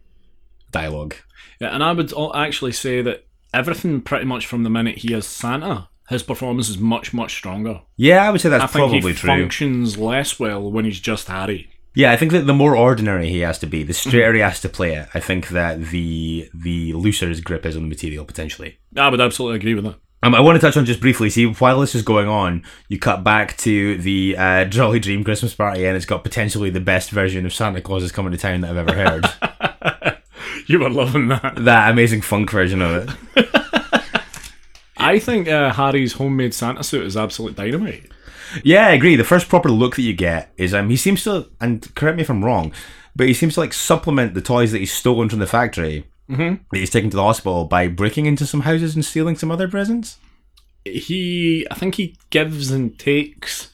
[SPEAKER 1] dialogue.
[SPEAKER 2] yeah, and I would al- actually say that everything pretty much from the minute he is Santa, his performance is much, much stronger.
[SPEAKER 1] Yeah, I would say that's
[SPEAKER 2] I think
[SPEAKER 1] probably
[SPEAKER 2] he
[SPEAKER 1] true.
[SPEAKER 2] functions less well when he's just Harry.
[SPEAKER 1] Yeah, I think that the more ordinary he has to be, the straighter he has to play it. I think that the the looser his grip is on the material potentially.
[SPEAKER 2] I would absolutely agree with that. (laughs)
[SPEAKER 1] Um, I want to touch on just briefly. See, while this is going on, you cut back to the uh, Jolly Dream Christmas party, and it's got potentially the best version of Santa Claus is coming to town that I've ever heard.
[SPEAKER 2] You were loving that.
[SPEAKER 1] that amazing funk version of it.
[SPEAKER 2] I think uh, Harry's homemade Santa suit is absolute dynamite.
[SPEAKER 1] Yeah, I agree. The first proper look that you get is um, he seems to, and correct me if I'm wrong, but he seems to like supplement the toys that he's stolen from the factory that he's taken to the hospital by breaking into some houses and stealing some other presents.
[SPEAKER 2] He, I think he gives and takes.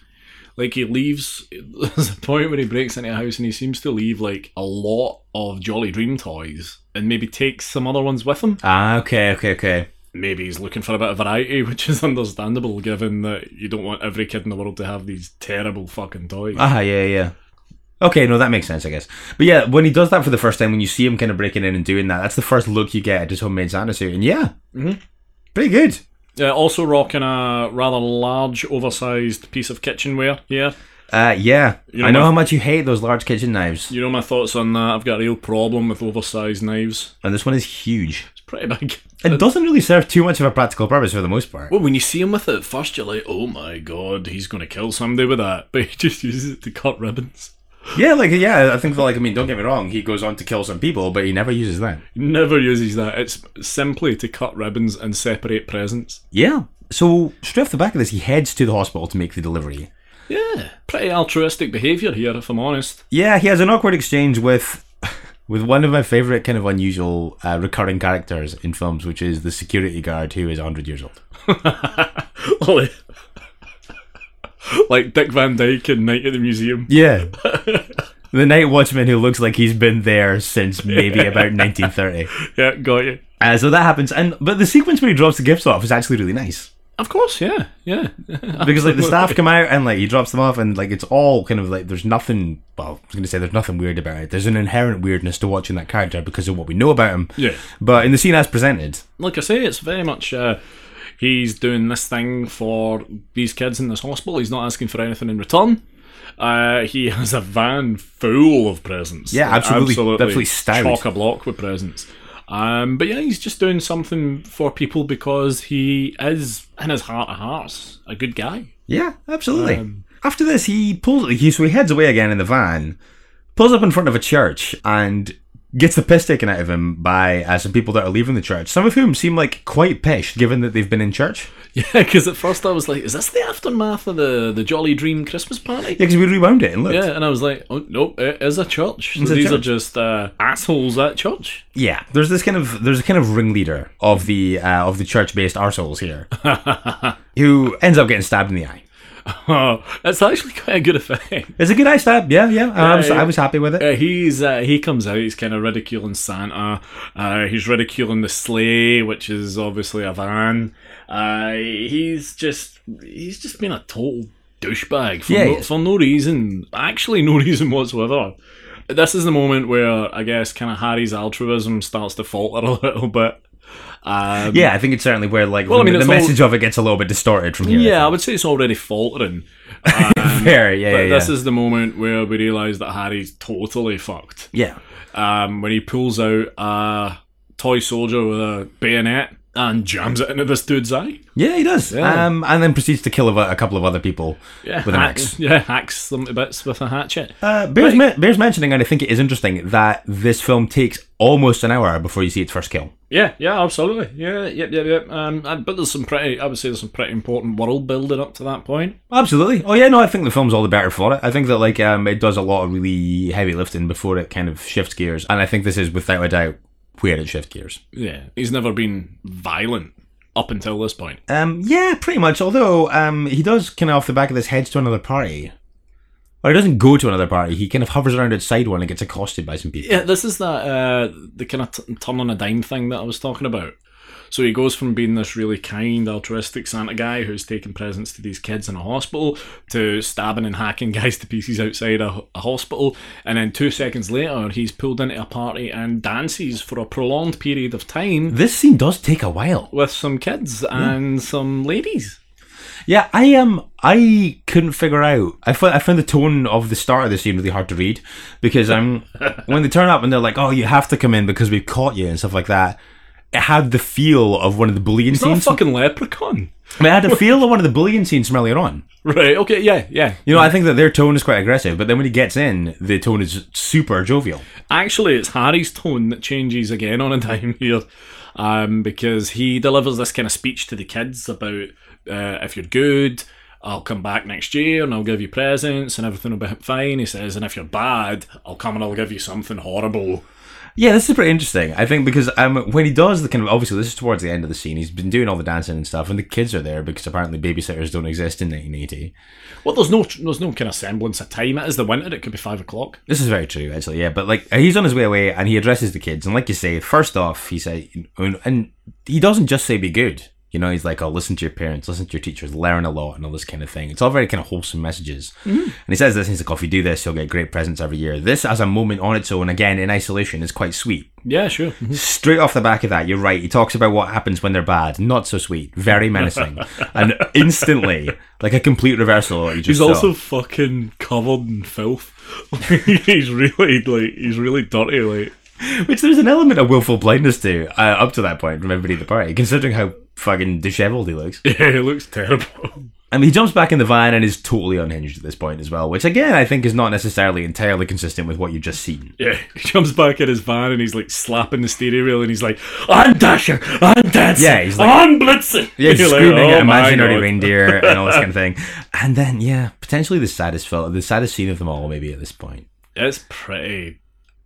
[SPEAKER 2] Like he leaves. (laughs) There's a point where he breaks into a house and he seems to leave like a lot of Jolly Dream toys and maybe takes some other ones with him.
[SPEAKER 1] Ah, okay, okay, okay.
[SPEAKER 2] Maybe he's looking for a bit of variety, (laughs) which is understandable given that you don't want every kid in the world to have these terrible fucking toys.
[SPEAKER 1] Ah, yeah, yeah. Okay, no, that makes sense, I guess. But yeah, when he does that for the first time, when you see him kind of breaking in and doing that, that's the first look you get at his homemade Santa suit. And yeah,
[SPEAKER 2] Mhm.
[SPEAKER 1] pretty good.
[SPEAKER 2] Uh, also rocking a rather large, oversized piece of kitchenware here.
[SPEAKER 1] Uh, yeah,
[SPEAKER 2] You know
[SPEAKER 1] I know
[SPEAKER 2] my-
[SPEAKER 1] how much you hate those large kitchen knives,
[SPEAKER 2] You know my thoughts on that. I've got a real problem with oversized knives.
[SPEAKER 1] and this one is huge.
[SPEAKER 2] It's pretty big.
[SPEAKER 1] It doesn't really serve too much of a practical purpose for the most part.
[SPEAKER 2] Well, when you see him with it at first, you're like, oh my god, he's going to kill somebody with that. (laughs) But he just uses it to cut ribbons.
[SPEAKER 1] Yeah, like yeah, I think that, like I mean, don't get me wrong, he goes on to kill some people, but he never uses that.
[SPEAKER 2] He never uses that. It's simply to cut ribbons and separate presents.
[SPEAKER 1] Yeah. So straight off the back of this, he heads to the hospital to make the delivery.
[SPEAKER 2] Yeah. Pretty altruistic behaviour here, if I'm honest.
[SPEAKER 1] Yeah, he has an awkward exchange with (laughs) with one of my favorite kind of unusual uh, recurring characters in films, which is the security guard who is 100 years old.
[SPEAKER 2] (laughs) Ollie. like Dick Van Dyke in Night at the Museum.
[SPEAKER 1] Yeah. (laughs) the night watchman who looks like he's been there since maybe about 1930.
[SPEAKER 2] Yeah, got you.
[SPEAKER 1] Uh, so that happens, and but the sequence where he drops the gifts off is actually really nice
[SPEAKER 2] Of course, yeah, yeah.
[SPEAKER 1] because like the staff come out and like he drops them off, and like it's all kind of like there's nothing. Well, I was going to say there's nothing weird about it. There's an inherent weirdness to watching that character because of what we know about him.
[SPEAKER 2] Yeah.
[SPEAKER 1] But in the scene as presented,
[SPEAKER 2] like I say, it's very much uh, he's doing this thing for these kids in this hospital. He's not asking for anything in return. Uh, he (laughs) has a van full of presents.
[SPEAKER 1] Yeah,
[SPEAKER 2] Like,
[SPEAKER 1] absolutely- absolutely stowed.
[SPEAKER 2] chock a block with presents. Um, but yeah, he's just doing something for people because he is, in his heart of hearts, a good guy. (laughs)
[SPEAKER 1] yeah, absolutely.
[SPEAKER 2] Um,
[SPEAKER 1] After this, he pulls. He so he heads away again in the van, pulls up in front of a church, and gets the piss taken out of him by uh, some people that are leaving the church. Some of whom seem like quite pissed, given that they've been in church.
[SPEAKER 2] Yeah, because at first I was like, "Is this the aftermath of the the Jolly Dream Christmas party?"
[SPEAKER 1] Yeah, because we rewound it and looked.
[SPEAKER 2] Yeah, and I was like, "Oh no, it is a church. So
[SPEAKER 1] a
[SPEAKER 2] these are
[SPEAKER 1] church.
[SPEAKER 2] just uh, assholes at church."
[SPEAKER 1] Yeah, there's this kind of there's a kind of ringleader of the uh, of the church based
[SPEAKER 2] (laughs)
[SPEAKER 1] arseholes here, who ends up getting stabbed in the eye.
[SPEAKER 2] Oh, that's actually quite a good effect. (laughs)
[SPEAKER 1] It's a good eye stab. Yeah, yeah. I was
[SPEAKER 2] yeah.
[SPEAKER 1] I was happy with it.
[SPEAKER 2] Uh, he's uh, he comes out. He's kind of ridiculing Santa. Uh, he's ridiculing the sleigh, which is obviously a van. Uh, he's just he's just been a total douchebag for,
[SPEAKER 1] Yeah, he
[SPEAKER 2] no,
[SPEAKER 1] is.
[SPEAKER 2] for no reason. Actually, no (laughs) reason whatsoever. This is the moment where I guess kind of Harry's altruism starts to falter (laughs) a little bit. Um,
[SPEAKER 1] yeah, I think it's certainly where like
[SPEAKER 2] I mean,
[SPEAKER 1] the
[SPEAKER 2] it's
[SPEAKER 1] message of it gets a little bit distorted from here. (laughs)
[SPEAKER 2] yeah, I would say it's already faltering. Um,
[SPEAKER 1] fair. Yeah, yeah,
[SPEAKER 2] but
[SPEAKER 1] yeah.
[SPEAKER 2] this is the moment where we realise that Harry's totally fucked.
[SPEAKER 1] yeah.
[SPEAKER 2] um, when he pulls out a toy soldier with a bayonet and jams it into this dude's eye.
[SPEAKER 1] Yeah, he does.
[SPEAKER 2] Yeah.
[SPEAKER 1] Um, and then proceeds to kill a, a couple of other people
[SPEAKER 2] Yeah,
[SPEAKER 1] with an
[SPEAKER 2] hacks,
[SPEAKER 1] axe.
[SPEAKER 2] Yeah, hacks them to bits with a hatchet.
[SPEAKER 1] Uh, bears, men- bears mentioning, and I think it is interesting that this film takes almost an hour before you see its first kill.
[SPEAKER 2] Yeah, yeah, absolutely. Yeah, yep, yep, yep. Um, and- but there's some pretty, I would say, there's some pretty important world building up to that point.
[SPEAKER 1] Absolutely. Oh yeah, no, I think the film's all the better for it. I think that like um, it does a lot of really heavy lifting before it kind of shifts gears, and I think this is without a doubt where it shifts gears.
[SPEAKER 2] Yeah, he's never been violent up until this point.
[SPEAKER 1] Um, yeah, pretty much. Although um, he does kind of off the back of this heads to another party, or he doesn't go to another party. He kind of hovers around outside one and gets accosted by some people.
[SPEAKER 2] Yeah, this is that uh, the kind of t- turn on a dime thing that I was talking about. So he goes from being this really kind, altruistic Santa guy who's taking presents to these kids in a hospital to stabbing and hacking (laughs) guys to pieces outside a, a hospital. And then two seconds later, he's pulled into a party and dances for a prolonged period of time
[SPEAKER 1] This scene does take a while.
[SPEAKER 2] with some kids and some ladies.
[SPEAKER 1] Yeah, I Um, I couldn't figure out. I found I found the tone of the start of the scene really hard to read because um, (laughs) when they turn up and they're like, "Oh, you have to come in because we've caught you" and stuff like that. It had the feel of one of the bullying
[SPEAKER 2] Not a
[SPEAKER 1] scenes.
[SPEAKER 2] fucking leprechaun. (laughs)
[SPEAKER 1] I mean, it had the feel of one of the bullying scenes from earlier on.
[SPEAKER 2] Right, okay, yeah, yeah.
[SPEAKER 1] You know, I think that their tone is quite aggressive, but then when he gets in, the tone is super jovial.
[SPEAKER 2] Actually, it's Harry's tone that changes again on a (laughs) dime here, um, because he delivers this kind of speech to the kids about uh, if you're good, I'll come back next year and I'll give you presents and everything will be fine. He says, and if you're bad, I'll come and I'll give you something horrible.
[SPEAKER 1] Yeah, this is pretty interesting. I think because um, when he does the kind of obviously this is towards the end of the scene, he's been doing all the dancing and stuff, and the kids are there because apparently babysitters don't exist in 1980.
[SPEAKER 2] Well, there's no there's no kind of semblance of time. It is the winter. It could be five o'clock.
[SPEAKER 1] This is very true, actually. Yeah, but like he's on his way away, and he addresses the kids, and like you say, first off, he said, and he doesn't just say be good. You know, he's like, "Oh, listen to your parents, listen to your teachers, learn a lot, and all this kind of thing." It's all very kind of wholesome messages.
[SPEAKER 2] Mm-hmm.
[SPEAKER 1] And he says this, and he's like, oh, "If you do this, you'll get great presents every year." This, as a moment on its own, again in isolation, is quite sweet.
[SPEAKER 2] Yeah, sure.
[SPEAKER 1] Straight off the back of that, you're right. He talks about what happens when they're bad, not so sweet,
[SPEAKER 2] (laughs)
[SPEAKER 1] very menacing, and instantly, like a complete reversal. of what you just
[SPEAKER 2] He's
[SPEAKER 1] saw.
[SPEAKER 2] also fucking covered in filth. (laughs) he's really like he's really dirty. Like (laughs)
[SPEAKER 1] Which there's an element of willful blindness to uh, up to that point from everybody at the party, considering how fucking dishevelled he looks.
[SPEAKER 2] yeah, he looks terrible.
[SPEAKER 1] I mean, he jumps back in the van and is totally unhinged at this point as well, which again I think is not necessarily entirely consistent with what you've just seen.
[SPEAKER 2] Yeah, he comes back in his van and he's like slapping the steering wheel and he's like, I'm Dasher, I'm Dancer,
[SPEAKER 1] Yeah, he's like-
[SPEAKER 2] I'm Blitzen.
[SPEAKER 1] Yeah,
[SPEAKER 2] (laughs) (laughs)
[SPEAKER 1] he's
[SPEAKER 2] You're like,
[SPEAKER 1] screaming
[SPEAKER 2] "Oh
[SPEAKER 1] at
[SPEAKER 2] my
[SPEAKER 1] imaginary
[SPEAKER 2] God." (laughs)
[SPEAKER 1] reindeer and all this kind of thing, and then yeah, potentially the saddest film, the saddest scene of them all, maybe at this point.
[SPEAKER 2] It's pretty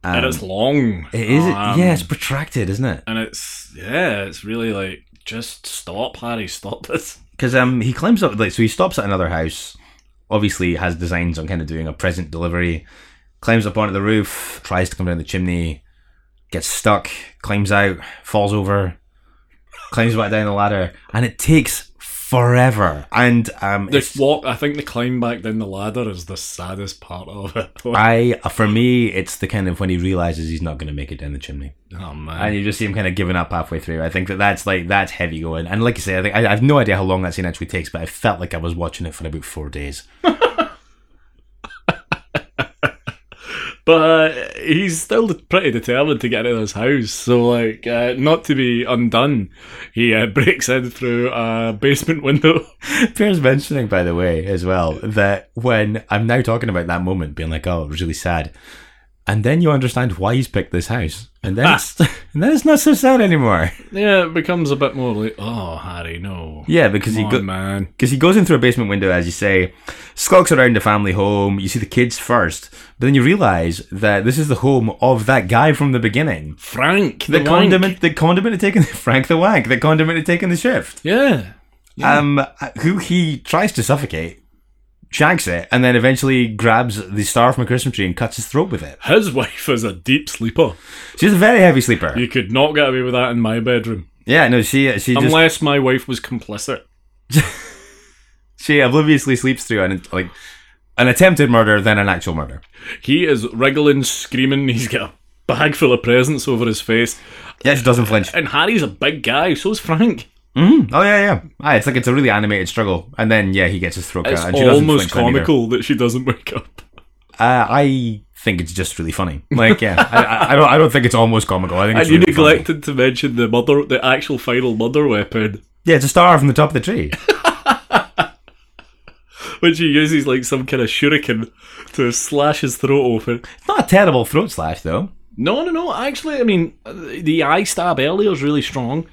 [SPEAKER 2] and it's long.
[SPEAKER 1] Um, It is.
[SPEAKER 2] Um,
[SPEAKER 1] yeah, it's protracted, isn't it?
[SPEAKER 2] and it's yeah, it's really like just stop, Harry, stop
[SPEAKER 1] (laughs)
[SPEAKER 2] this.
[SPEAKER 1] Because um, he climbs up, like, so he stops at another house. Obviously, has designs on kind of doing a present delivery. Climbs up onto the roof, tries to come down the chimney, gets stuck, climbs out, falls over, climbs back down the ladder, and it takes forever. And um,
[SPEAKER 2] The
[SPEAKER 1] it's-
[SPEAKER 2] walk, I think the climb back down the ladder is the saddest part of it. (laughs)
[SPEAKER 1] I for me, it's the kind of when he realizes he's not going to make it down the chimney.
[SPEAKER 2] oh
[SPEAKER 1] and
[SPEAKER 2] man,
[SPEAKER 1] you just see him kind of giving up halfway through. I think that that's like that's heavy going. And like I say, I think I, I have no idea how long that scene actually takes, but I felt like I was watching it for about four days.
[SPEAKER 2] but uh, he's still pretty determined to get out of his house. So like, uh, not to be undone, he uh, (laughs) breaks in through a basement window. (laughs)
[SPEAKER 1] Bears mentioning, by the way, as well that when I'm now talking about that moment, being like, "Oh, it was really sad," and then you understand why he's picked this house, and then
[SPEAKER 2] Ah.
[SPEAKER 1] (laughs) it's, and then it's not so sad anymore. (laughs)
[SPEAKER 2] yeah, it becomes a bit more like, oh Harry, no,
[SPEAKER 1] Yeah, because
[SPEAKER 2] Come
[SPEAKER 1] he
[SPEAKER 2] on,
[SPEAKER 1] got
[SPEAKER 2] man.
[SPEAKER 1] because he goes in through a basement window, as you say, skulks around the family home. You see the kids first, but then you realize that this is the home of that guy from the beginning.
[SPEAKER 2] Frank,
[SPEAKER 1] the,
[SPEAKER 2] the, wank.
[SPEAKER 1] condiment, the condiment had taken (laughs) Frank the Wank, the condiment had taken the shift.
[SPEAKER 2] Yeah,
[SPEAKER 1] Um, who he tries to suffocate, shanks it, and then eventually grabs the star from a Christmas tree and cuts his throat with it.
[SPEAKER 2] his (laughs) wife is a deep sleeper.
[SPEAKER 1] She's a very heavy sleeper.
[SPEAKER 2] You could not get away with that in my bedroom.
[SPEAKER 1] yeah, no, she she just
[SPEAKER 2] Unless my wife was complicit.
[SPEAKER 1] she obliviously sleeps through an like an attempted murder, then an actual murder.
[SPEAKER 2] He is wriggling, screaming. He's got a bag full of presents over his face.
[SPEAKER 1] Yeah, she
[SPEAKER 2] (laughs)
[SPEAKER 1] doesn't flinch.
[SPEAKER 2] And Harry's a big guy, so is Frank. Mm-hmm.
[SPEAKER 1] Mm, oh yeah, yeah. Aye, it's like it's a really animated struggle, and then yeah, he gets his throat
[SPEAKER 2] It's
[SPEAKER 1] cut, and she doesn't
[SPEAKER 2] almost
[SPEAKER 1] flinch then either.
[SPEAKER 2] comical that she doesn't wake up.
[SPEAKER 1] Uh, I think it's just really funny. Like yeah, I, I, I don't I don't think it's almost comical. I think
[SPEAKER 2] (laughs) And
[SPEAKER 1] it's
[SPEAKER 2] you
[SPEAKER 1] really funny.
[SPEAKER 2] neglected to mention the mother, the actual final mother weapon,
[SPEAKER 1] Yeah, it's a star from the top of
[SPEAKER 2] (laughs)
[SPEAKER 1] the tree.
[SPEAKER 2] which he uses like some kind of shuriken to slash his throat open.
[SPEAKER 1] It's not a terrible throat slash, though.
[SPEAKER 2] No, no, no. Actually, I mean, the eye stab earlier is really strong,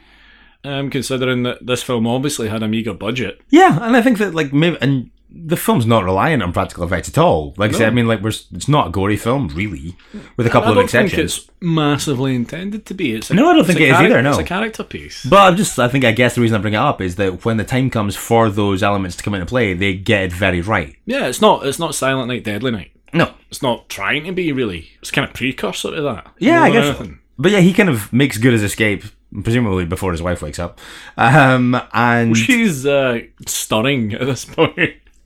[SPEAKER 2] um, considering that this film obviously had a meager budget.
[SPEAKER 1] Yeah, and I think that like maybe and the film's not reliant on practical effects at all. Like I said, I mean, like we're s- it's not a gory film really, with a couple
[SPEAKER 2] I
[SPEAKER 1] of
[SPEAKER 2] don't think
[SPEAKER 1] exceptions.
[SPEAKER 2] it's massively intended to be. It's a,
[SPEAKER 1] No, I don't think
[SPEAKER 2] it's a
[SPEAKER 1] it is
[SPEAKER 2] charac-
[SPEAKER 1] either, no.
[SPEAKER 2] it's a character piece.
[SPEAKER 1] But I'm just I think I guess the reason I bring it up is that when the time comes for those elements to come into play, they get it very right.
[SPEAKER 2] Yeah, it's not. It's not Silent Night, Deadly Night.
[SPEAKER 1] No,
[SPEAKER 2] It's not trying to be really. It's kind of precursor to that.
[SPEAKER 1] yeah, I
[SPEAKER 2] More than
[SPEAKER 1] guess.
[SPEAKER 2] anything.
[SPEAKER 1] But yeah, he kind of makes good his escape, presumably before his wife wakes up. Um, and
[SPEAKER 2] She's uh, stunning at this (laughs) point.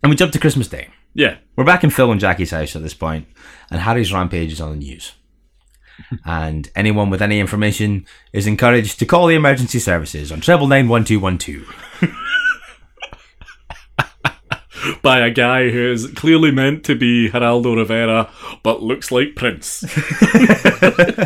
[SPEAKER 1] and we jump to Christmas Day.
[SPEAKER 2] yeah,
[SPEAKER 1] We're back in Phil and Jackie's house at this point, and Harry's rampage is on the news. and anyone with any information is encouraged to call the emergency services on treble nine one two one two.
[SPEAKER 2] by a guy who is clearly meant to be Geraldo Rivera, but looks like Prince.
[SPEAKER 1] Yeah,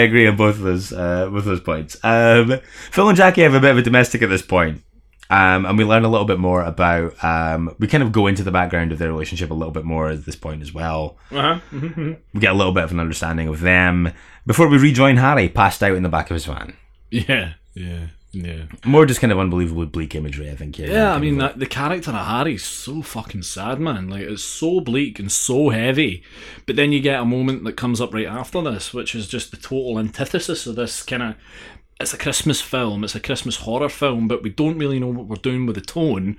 [SPEAKER 1] I agree on both of those uh, both those points. Um, Phil and Jackie have a bit of a domestic at this point, um, and we learn a little bit more about. Um, we kind of go into the background of their relationship a little bit more at this point as well.
[SPEAKER 2] uh-huh.
[SPEAKER 1] We get a little bit of an understanding of them before we rejoin Harry passed out in the back of his van.
[SPEAKER 2] (laughs) Yeah, yeah, yeah.
[SPEAKER 1] More just kind of unbelievably bleak imagery, I think. Here,
[SPEAKER 2] Yeah, I mean that, the character of Harry's so fucking sad, man. Like it's so bleak and so heavy, but then you get a moment that comes up right after this, which is just the total antithesis of this kind of. It's a Christmas film. It's a Christmas horror film, but we don't really know what we're doing with the tone.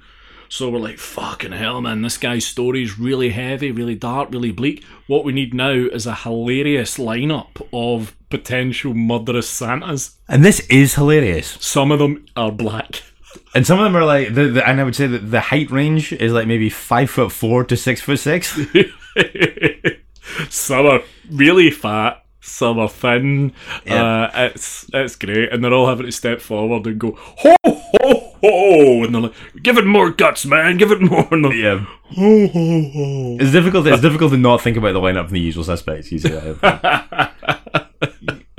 [SPEAKER 2] So we're like, fucking hell, man. This guy's story's really heavy, really dark, really bleak. What we need now is a hilarious lineup of potential murderous Santas.
[SPEAKER 1] And this is hilarious.
[SPEAKER 2] Some of them are black.
[SPEAKER 1] And some of them are like, the, the, and I would say that the height range is like maybe five foot four to six foot six.
[SPEAKER 2] (laughs) some are really fat, some are thin.
[SPEAKER 1] Yeah.
[SPEAKER 2] Uh, it's it's great, and they're all having to step forward and go ho ho ho, and they're like, "Give it more guts, man! Give it more!" And they're,
[SPEAKER 1] yeah,
[SPEAKER 2] ho ho ho.
[SPEAKER 1] it's difficult. It's difficult to not think about the lineup and the usual suspects. You see that?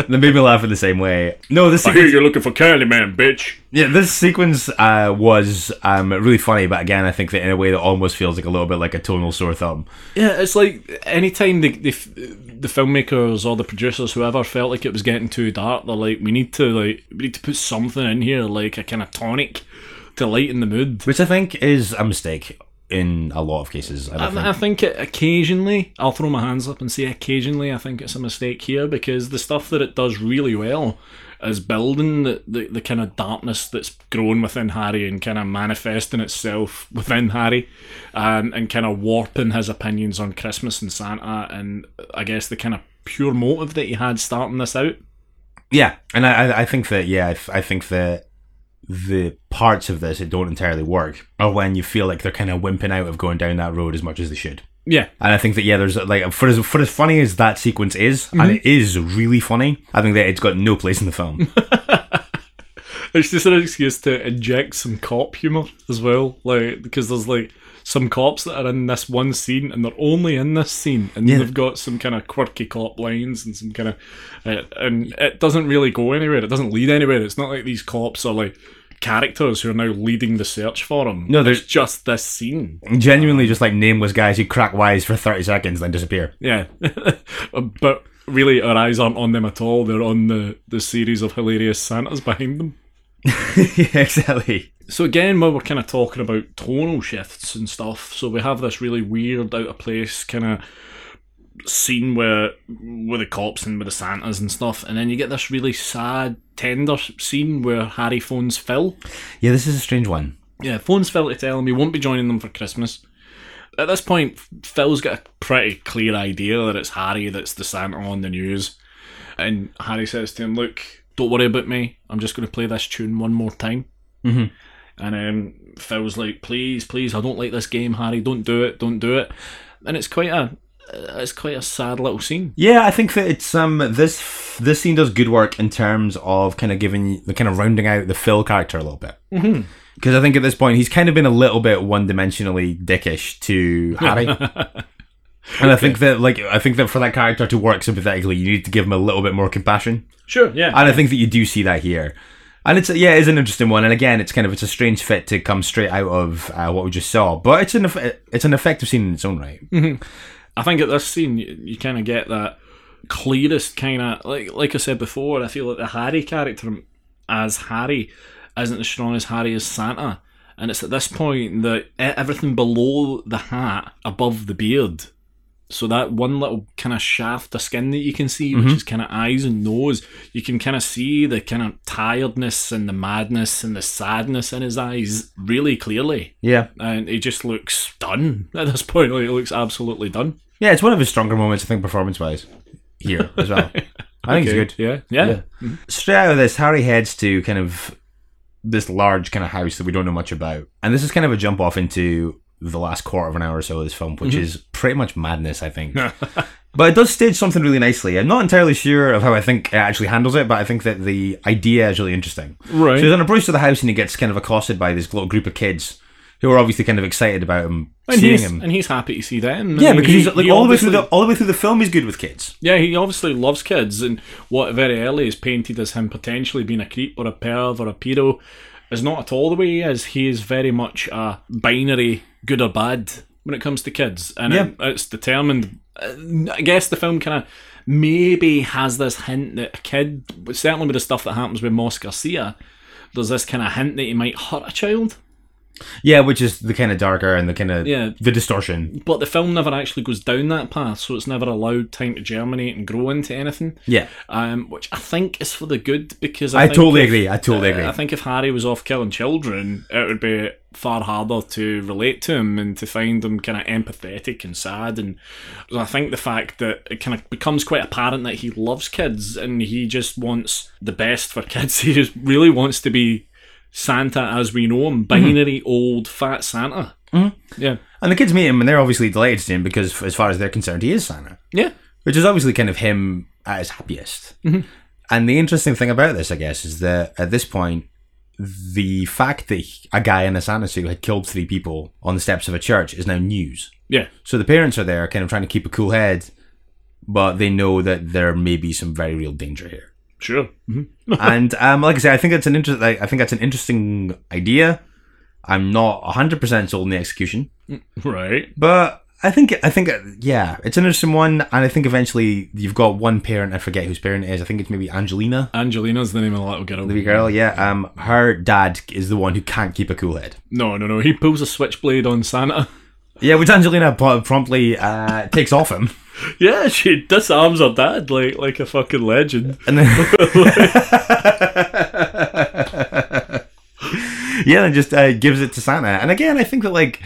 [SPEAKER 1] They made me laugh in the same way. No, this
[SPEAKER 2] I hear
[SPEAKER 1] sequence,
[SPEAKER 2] you're looking for Candyman, bitch.
[SPEAKER 1] (laughs) yeah, this sequence uh, was um, really funny, but again, I think that in a way that almost feels like a little bit like a tonal sore thumb.
[SPEAKER 2] Yeah, it's like anytime the, the f- the filmmakers or the producers, whoever, felt like it was getting too dark, they're like, "We need to like we need to put something in here, like a kind of tonic." To lighten the mood.
[SPEAKER 1] which I think is a mistake. in a lot of cases. I don't think.
[SPEAKER 2] I, I think it occasionally, I'll throw my hands up and say occasionally, I think it's a mistake here because the stuff that it does really well is building the, the, the kind of darkness that's grown within Harry and kind of manifesting itself within Harry um, and kind of warping his opinions on Christmas and Santa and uh, I guess the kind of pure motive that he had starting this out.
[SPEAKER 1] Yeah, and I, I- I think that yeah, I, th- I think that the parts of this that don't entirely work are when you feel like they're kind of wimping out of going down that road as much as they should.
[SPEAKER 2] Yeah,
[SPEAKER 1] And I think that yeah, there's like for as for as funny as that sequence is, and it is really funny. I think that it's got no place in the film. (laughs)
[SPEAKER 2] It's just an excuse to inject some cop humor as well, like because there's like some cops that are in this one scene and they're only in this scene, and they've got some kind of quirky cop lines and some kind of, uh, and it doesn't really go anywhere. It doesn't lead anywhere. It's not like these cops are like characters who are now leading the search for them.
[SPEAKER 1] No,
[SPEAKER 2] there's
[SPEAKER 1] there's-
[SPEAKER 2] just this scene.
[SPEAKER 1] Genuinely, just like nameless guys who crack wise for thirty seconds then disappear.
[SPEAKER 2] Yeah, (laughs) but really, our eyes aren't on them at all. They're on the the series of hilarious Santas behind them.
[SPEAKER 1] (laughs) yeah, exactly.
[SPEAKER 2] So again, while we're kind of talking about tonal shifts and stuff, so we have this really weird, out of place kind of scene where with the cops and with the Santas and stuff, and then you get this really sad, tender scene where Harry phones Phil.
[SPEAKER 1] Yeah, this is a strange one.
[SPEAKER 2] Yeah, phones Phil to tell him he won't be joining them for Christmas. At this point, Phil's got a pretty clear idea that it's Harry that's the Santa on the news, and Harry says to him, "Look, don't worry about me. I'm just going to play this tune one more time."
[SPEAKER 1] Mm-hmm.
[SPEAKER 2] And um, Phil's like, "Please, please, I don't like this game, Harry. Don't do it. Don't do it." And it's quite a, it's quite a sad little scene.
[SPEAKER 1] Yeah, I think that it's um this this scene does good work in terms of kind of giving the kind of rounding out the Phil character a little bit. Because I think at this point he's kind of been a little bit one dimensionally dickish to Harry. And I think that, like, I think that for that character to work sympathetically, you need to give him a little bit more compassion,
[SPEAKER 2] Sure, yeah,
[SPEAKER 1] and I think that you do see that here. And it's yeah, it's an interesting one, and again, it's kind of it's a strange fit to come straight out of uh, what we just saw, but it's an eff- it's an effective scene in its own right.
[SPEAKER 2] I think at this scene you, you kind of get that clearest kind of like like I said before. I feel like the Harry character as Harry isn't as strong as Harry as Santa, and it's at this point that e- everything below the hat, above the beard. So that one little kind of shaft of skin that you can see, which is kind of eyes and nose, you can kind of see the kind of tiredness and the madness and the sadness in his eyes really clearly.
[SPEAKER 1] Yeah,
[SPEAKER 2] And he just looks done at this point. Like, he looks absolutely done.
[SPEAKER 1] Yeah, it's one of his stronger moments, I think, performance wise, here as
[SPEAKER 2] (laughs)
[SPEAKER 1] well. I think it's good.
[SPEAKER 2] Yeah, yeah.
[SPEAKER 1] Straight out of this, Harry heads to kind of this large kind of house that we don't know much about. And this is kind of a jump off into the last quarter of an hour or so of this film,
[SPEAKER 2] Mm-hmm.
[SPEAKER 1] which is pretty much madness,
[SPEAKER 2] (laughs)
[SPEAKER 1] I think. but it does stage something really nicely. I'm not entirely sure of how I think it actually handles it, but I think that the idea is really interesting.
[SPEAKER 2] Right.
[SPEAKER 1] So he's on a approach to the house and he gets kind of accosted by this little group of kids who are obviously kind of excited about him,
[SPEAKER 2] And
[SPEAKER 1] seeing
[SPEAKER 2] he's,
[SPEAKER 1] him.
[SPEAKER 2] and he's happy to see them. I
[SPEAKER 1] yeah,
[SPEAKER 2] mean,
[SPEAKER 1] because
[SPEAKER 2] he-
[SPEAKER 1] he's like
[SPEAKER 2] he
[SPEAKER 1] all the way through the
[SPEAKER 2] obviously-
[SPEAKER 1] all the way through the film, he's good with kids.
[SPEAKER 2] Yeah, he obviously loves kids, and what very early is painted as him potentially being a creep or a perv or a pedo is not at all the way he is. He is very much a binary good or bad when it comes to kids, and it- it's determined. uh, I guess the film kind of maybe has this hint that a kid, but certainly with the stuff that happens with Moss Garcia, there's this kind of hint that he might hurt a child.
[SPEAKER 1] Yeah, which is the kind of darker and the kind of
[SPEAKER 2] Yeah.
[SPEAKER 1] the distortion.
[SPEAKER 2] but the film never actually goes down that path, so it's never allowed time to germinate and grow into anything.
[SPEAKER 1] Yeah,
[SPEAKER 2] Um, which I think is for the good because I,
[SPEAKER 1] I,
[SPEAKER 2] think
[SPEAKER 1] totally
[SPEAKER 2] if-
[SPEAKER 1] agree. I totally agree.
[SPEAKER 2] I think if Harry was off killing children, it would be far harder to relate to him and to find him kind of empathetic and sad. And I think the fact that it kind of becomes quite apparent that he loves kids and he just wants the best for (laughs) kids. He just really wants to be Santa as we know him,
[SPEAKER 1] Mm-hmm.
[SPEAKER 2] binary old fat Santa. Yeah,
[SPEAKER 1] and the kids meet him, and they're obviously delighted to see him because, f- as far as they're concerned, he is Santa,
[SPEAKER 2] yeah.
[SPEAKER 1] which is obviously kind of him at his happiest. And the interesting thing about this, I guess, is that at this point, the fact that he- a guy in a Santa suit had killed three people on the steps of a church is now news.
[SPEAKER 2] Yeah,
[SPEAKER 1] So the parents are there, kind of trying to keep a cool head, but they know that there may be some very real danger here.
[SPEAKER 2] sure. hmm
[SPEAKER 1] and um, like I say, I think that's an inter- like, I think that's an interesting idea. I'm not 100 percent sold on the execution,
[SPEAKER 2] Right.
[SPEAKER 1] but I think I think uh, yeah, it's an interesting one, and I think eventually you've got one parent. I forget whose parent it is. I think it's maybe Angelina,
[SPEAKER 2] Angelina's the name of the little girl.
[SPEAKER 1] the wee girl. Yeah, um, her dad is the one who can't keep a cool head.
[SPEAKER 2] No, no, no. He pulls a switchblade on Santa. (laughs)
[SPEAKER 1] Yeah, which Angelina pro- promptly uh, takes off him,
[SPEAKER 2] Yeah, she disarms her dad like like a fucking legend.
[SPEAKER 1] and
[SPEAKER 2] (laughs)
[SPEAKER 1] then yeah, and just uh, gives it to Santa. And again, I think that like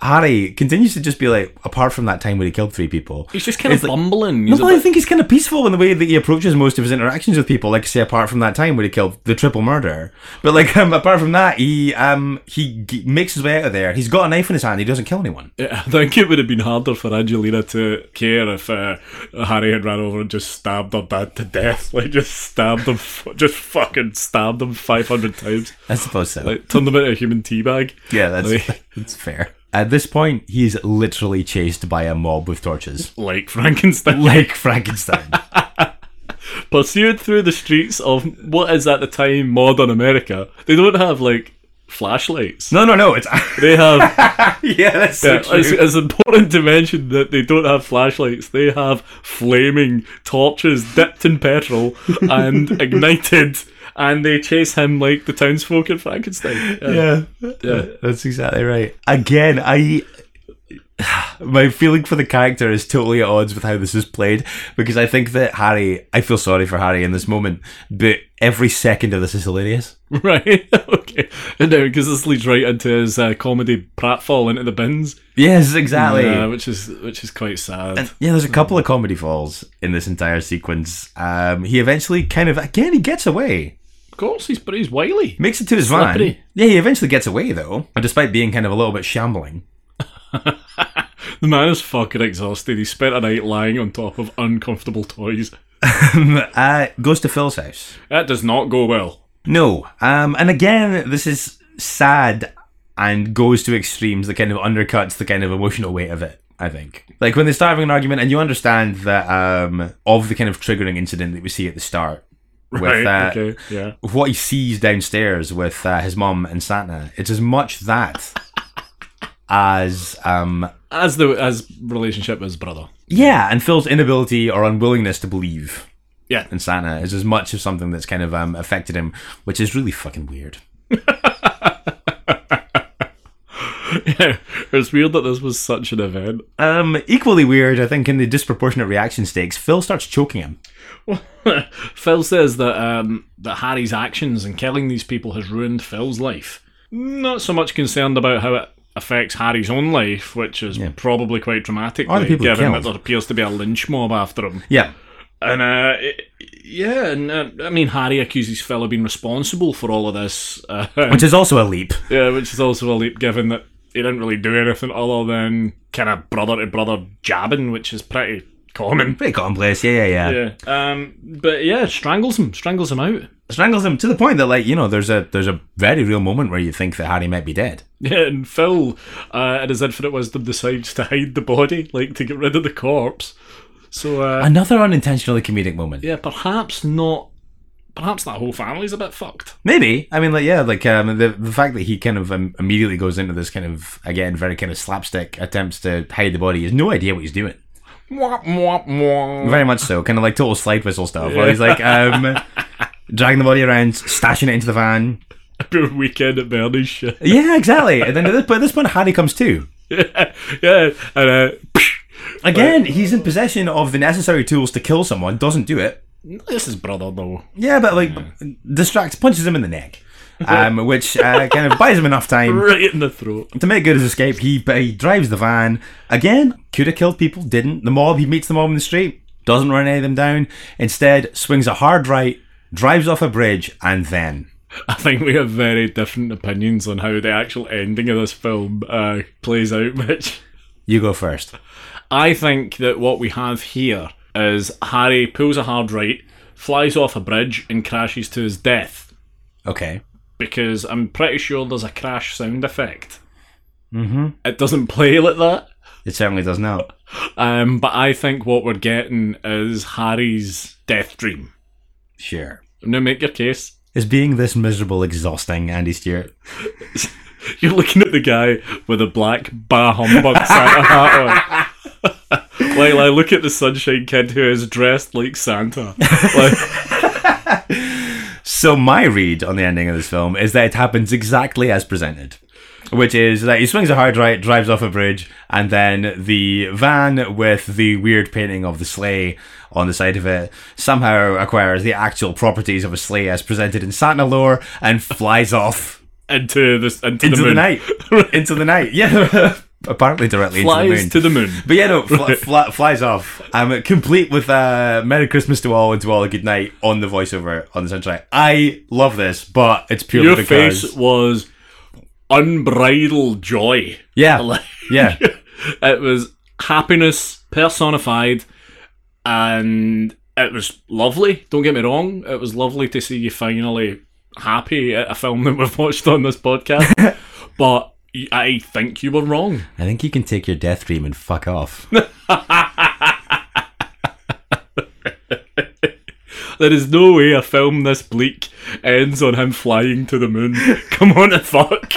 [SPEAKER 1] Harry continues to just be like, apart from that time where he killed three people,
[SPEAKER 2] He's just kind
[SPEAKER 1] It's
[SPEAKER 2] of
[SPEAKER 1] like-
[SPEAKER 2] bumbling.
[SPEAKER 1] No,
[SPEAKER 2] He's a
[SPEAKER 1] but I
[SPEAKER 2] bit-
[SPEAKER 1] think he's kind of peaceful in the way that he approaches most of his interactions with people. Like I say, apart from that time where he killed the triple murderer, but like (laughs) um, apart from that, he um he g- makes his way out of there. He's got a knife in his hand. He doesn't kill anyone.
[SPEAKER 2] (laughs) I think it would have been harder for Angelina to care if uh, Harry had ran over and just stabbed her dad to death. (laughs) Like just stabbed him, f- just fucking stabbed him five hundred times.
[SPEAKER 1] I suppose so.
[SPEAKER 2] Like turned him into a human teabag.
[SPEAKER 1] yeah, that's
[SPEAKER 2] like-
[SPEAKER 1] (laughs) that's fair. At this point, he's literally chased by a mob with torches,
[SPEAKER 2] Like Frankenstein, (laughs)
[SPEAKER 1] like (laughs) Frankenstein.
[SPEAKER 2] pursued through the streets of what is at the time modern America. They don't have like flashlights.
[SPEAKER 1] no, no, no. It's
[SPEAKER 2] They have
[SPEAKER 1] (laughs) yeah, that's so
[SPEAKER 2] Yeah,
[SPEAKER 1] true.
[SPEAKER 2] it's, it's important to mention that they don't have flashlights. They have flaming torches dipped in petrol (laughs) and ignited, and they chase him like the townsfolk in Frankenstein. Yeah.
[SPEAKER 1] yeah, that's exactly right. Again, I (sighs) my feeling for the character is totally at odds with how this is played because I think that Harry, I feel sorry for Harry in this moment, but every second of this is hilarious.
[SPEAKER 2] (laughs) Right? okay. And now, because this leads right into his uh, comedy pratfall into the bins,
[SPEAKER 1] Yes, exactly.
[SPEAKER 2] uh,
[SPEAKER 1] Yeah.
[SPEAKER 2] which is which is quite sad.
[SPEAKER 1] there's a couple of comedy falls in this entire sequence. Um, he eventually kind of again he gets away,
[SPEAKER 2] of course, he's but he's wily.
[SPEAKER 1] makes it to his van.
[SPEAKER 2] Slippery.
[SPEAKER 1] Yeah, he eventually gets away though, despite being kind of a little bit shambling.
[SPEAKER 2] (laughs) The man is fucking exhausted. He spent a night lying on top of uncomfortable toys.
[SPEAKER 1] (laughs) uh, goes to Phil's house.
[SPEAKER 2] That does not go well.
[SPEAKER 1] No. Um, and again, this is sad and goes to extremes that kind of undercuts the kind of emotional weight of it. I think, like when they start having an argument, and you understand that um, of the kind of triggering incident that we see at the start with
[SPEAKER 2] Right?
[SPEAKER 1] uh,
[SPEAKER 2] okay. Yeah.
[SPEAKER 1] what he sees downstairs with uh, his mum and Santa. It's as
[SPEAKER 2] (laughs)
[SPEAKER 1] much that as um,
[SPEAKER 2] As the as relationship with his brother.
[SPEAKER 1] yeah, and Phil's inability or unwillingness to believe
[SPEAKER 2] Yeah. (laughs)
[SPEAKER 1] in Santa is as much of something that's kind of um, affected him, which is really fucking weird.
[SPEAKER 2] yeah, it's weird that this was such an event. (laughs)
[SPEAKER 1] Um, equally weird, I think, in the disproportionate reaction stakes, Phil starts choking him.
[SPEAKER 2] Phil says that um, that Harry's actions in killing these people has ruined Phil's life. Not so much concerned about how it affects Harry's own life, which is probably quite dramatic,
[SPEAKER 1] Or the people
[SPEAKER 2] given
[SPEAKER 1] killed.
[SPEAKER 2] that there appears to be a lynch mob after him.
[SPEAKER 1] Yeah.
[SPEAKER 2] And uh, it, yeah, and uh, I mean Harry accuses Phil of being responsible for all of this, uh, (laughs)
[SPEAKER 1] Which is also a leap.
[SPEAKER 2] yeah, which is also a leap given that he didn't really do anything other than kind of brother to brother jabbing, which is pretty common.
[SPEAKER 1] Pretty commonplace, yeah, yeah, yeah,
[SPEAKER 2] Yeah. Um. But yeah, strangles him. Strangles him out. (laughs)
[SPEAKER 1] Strangles him to the point that, like, you know, there's a there's a very real moment where you think that Harry might be dead.
[SPEAKER 2] Yeah. And Phil, uh, in his infinite wisdom, decides to hide the body, like to get rid of the corpse. So uh,
[SPEAKER 1] Another unintentionally comedic moment.
[SPEAKER 2] yeah, perhaps not. Perhaps that whole family's a bit fucked.
[SPEAKER 1] Maybe. I mean, like, yeah, like um, the the fact that he kind of um, immediately goes into this kind of again very kind of slapstick attempts to hide the body. He has no idea what he's doing.
[SPEAKER 2] Mwah, mwah, mwah.
[SPEAKER 1] Very much so, kind of like total slide whistle stuff. Where he's like um, dragging the body around, stashing it into the van.
[SPEAKER 2] (laughs) Pure weekend at Bernie's shit.
[SPEAKER 1] Yeah, exactly. And then at this, but at this point, Harry comes too.
[SPEAKER 2] yeah. And uh,
[SPEAKER 1] Again, he's in possession of the necessary tools to kill someone, doesn't do it.
[SPEAKER 2] this is brother though.
[SPEAKER 1] Yeah, but like distracts, punches him in the neck, um, which uh, kind of buys him enough time
[SPEAKER 2] Right in the throat.
[SPEAKER 1] to make good his escape. He he drives the van again. Could have killed people, didn't. The mob. He meets the mob in the street, doesn't run any of them down. Instead, swings a hard right, drives off a bridge, and then
[SPEAKER 2] I think we have very different opinions on how the actual ending of this film uh, plays out, (laughs) Mitch.
[SPEAKER 1] you go first.
[SPEAKER 2] I think that what we have here is Harry pulls a hard right, flies off a bridge, and crashes to his death.
[SPEAKER 1] Okay.
[SPEAKER 2] Because I'm pretty sure there's a crash sound effect. Mm-hmm. It doesn't (laughs) play like that.
[SPEAKER 1] It certainly does now.
[SPEAKER 2] Um, but I think what we're getting is Harry's death dream.
[SPEAKER 1] Sure.
[SPEAKER 2] Now make your case. (laughs)
[SPEAKER 1] Is being this miserable exhausting, Andy Stewart?
[SPEAKER 2] You're looking at the guy with a black bar humbug (laughs) Santa hat on. (laughs) like, like, look at the Sunshine Kid who is dressed like Santa. Like,
[SPEAKER 1] So my read on the ending of this film is that it happens exactly as presented, which is that he swings a hard right, drives off a bridge, and then the van with the weird painting of the sleigh on the side of it somehow acquires the actual properties of a sleigh as presented in Santa lore and flies off
[SPEAKER 2] into this, into, (laughs)
[SPEAKER 1] into
[SPEAKER 2] the
[SPEAKER 1] the,
[SPEAKER 2] moon.
[SPEAKER 1] night,
[SPEAKER 2] (laughs)
[SPEAKER 1] into the night. Yeah, (laughs) apparently directly into the
[SPEAKER 2] Flies
[SPEAKER 1] moon.
[SPEAKER 2] to the moon.
[SPEAKER 1] But yeah,
[SPEAKER 2] (laughs)
[SPEAKER 1] no, fl- fl- flies off. Um, complete with uh, "Merry Christmas to all and to all a good night" on the voiceover on the soundtrack. I love this, but it's purely
[SPEAKER 2] Your
[SPEAKER 1] because
[SPEAKER 2] face was unbridled joy. (laughs)
[SPEAKER 1] yeah,
[SPEAKER 2] Like,
[SPEAKER 1] yeah,
[SPEAKER 2] it was happiness personified, and it was lovely. Don't get me wrong; it was lovely to see you finally happy at a film that we've watched on this podcast. but y- I think you were wrong.
[SPEAKER 1] I think you can take your death dream and fuck off.
[SPEAKER 2] There is no way a film this bleak ends on him flying to the moon. Come on, (laughs) and fuck.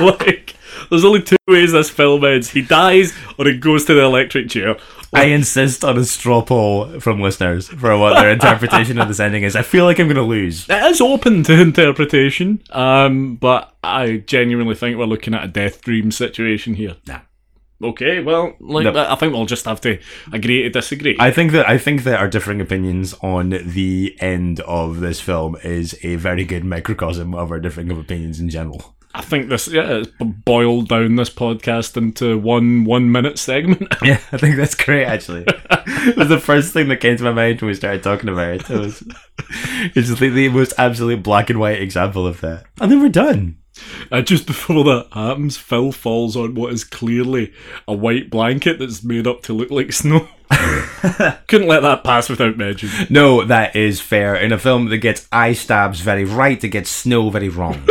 [SPEAKER 2] like, there's only two ways this film ends: he dies, or he goes to the electric chair.
[SPEAKER 1] (laughs) I insist on a straw poll from listeners for what their interpretation of this ending is. I feel like I'm gonna lose.
[SPEAKER 2] It is open to interpretation, um, but I genuinely think we're looking at a death dream situation here.
[SPEAKER 1] Nah.
[SPEAKER 2] Okay, well, like
[SPEAKER 1] No.
[SPEAKER 2] I think we'll just have to agree to disagree.
[SPEAKER 1] I think that I think that our differing opinions on the end of this film is a very good microcosm of our differing of opinions in general.
[SPEAKER 2] I think this yeah, it's b- boiled down this podcast into one one minute segment. (laughs)
[SPEAKER 1] Yeah, I think that's great. Actually, (laughs) it was the first thing that came to my mind when we started talking about it. It was, it's just the, the most absolute black and white example of that. And then we're done.
[SPEAKER 2] Uh, just before that happens, Phil falls on what is clearly a white blanket that's made up to look like
[SPEAKER 1] (laughs)
[SPEAKER 2] snow. Couldn't let that pass without mention.
[SPEAKER 1] No, that is fair. In a film that gets eye stabs very right, it gets snow very (laughs) wrong.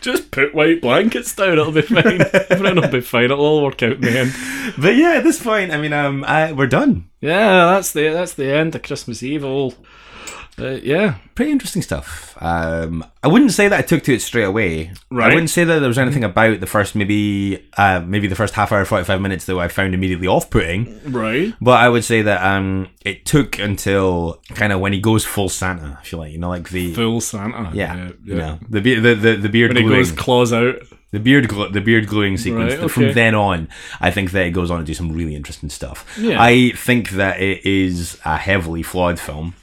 [SPEAKER 2] Just put white blankets down; it'll be
[SPEAKER 1] (laughs)
[SPEAKER 2] fine. Everything'll be fine. It'll all work out in the end.
[SPEAKER 1] but yeah, at this point, I mean, um, I, we're done.
[SPEAKER 2] Yeah, that's the that's the end of Christmas Eve. All, uh, yeah,
[SPEAKER 1] Pretty interesting stuff. Um, I wouldn't say that I took to it straight away.
[SPEAKER 2] Right.
[SPEAKER 1] I wouldn't say that there was anything about the first maybe, uh, maybe the first half hour, forty five minutes that I found immediately off putting.
[SPEAKER 2] right.
[SPEAKER 1] But I would say that um, it took until kind of when he goes full Santa, if you like, you know, like the
[SPEAKER 2] Full Santa.
[SPEAKER 1] yeah,
[SPEAKER 2] yeah.
[SPEAKER 1] you know, the be- the the, the beard
[SPEAKER 2] When he
[SPEAKER 1] gluing,
[SPEAKER 2] goes claws out.
[SPEAKER 1] the beard glu- the beard gluing sequence.
[SPEAKER 2] Right,
[SPEAKER 1] that From
[SPEAKER 2] okay.
[SPEAKER 1] then on, I think that it goes on to do some really interesting stuff.
[SPEAKER 2] Yeah.
[SPEAKER 1] I think that it is a heavily flawed film.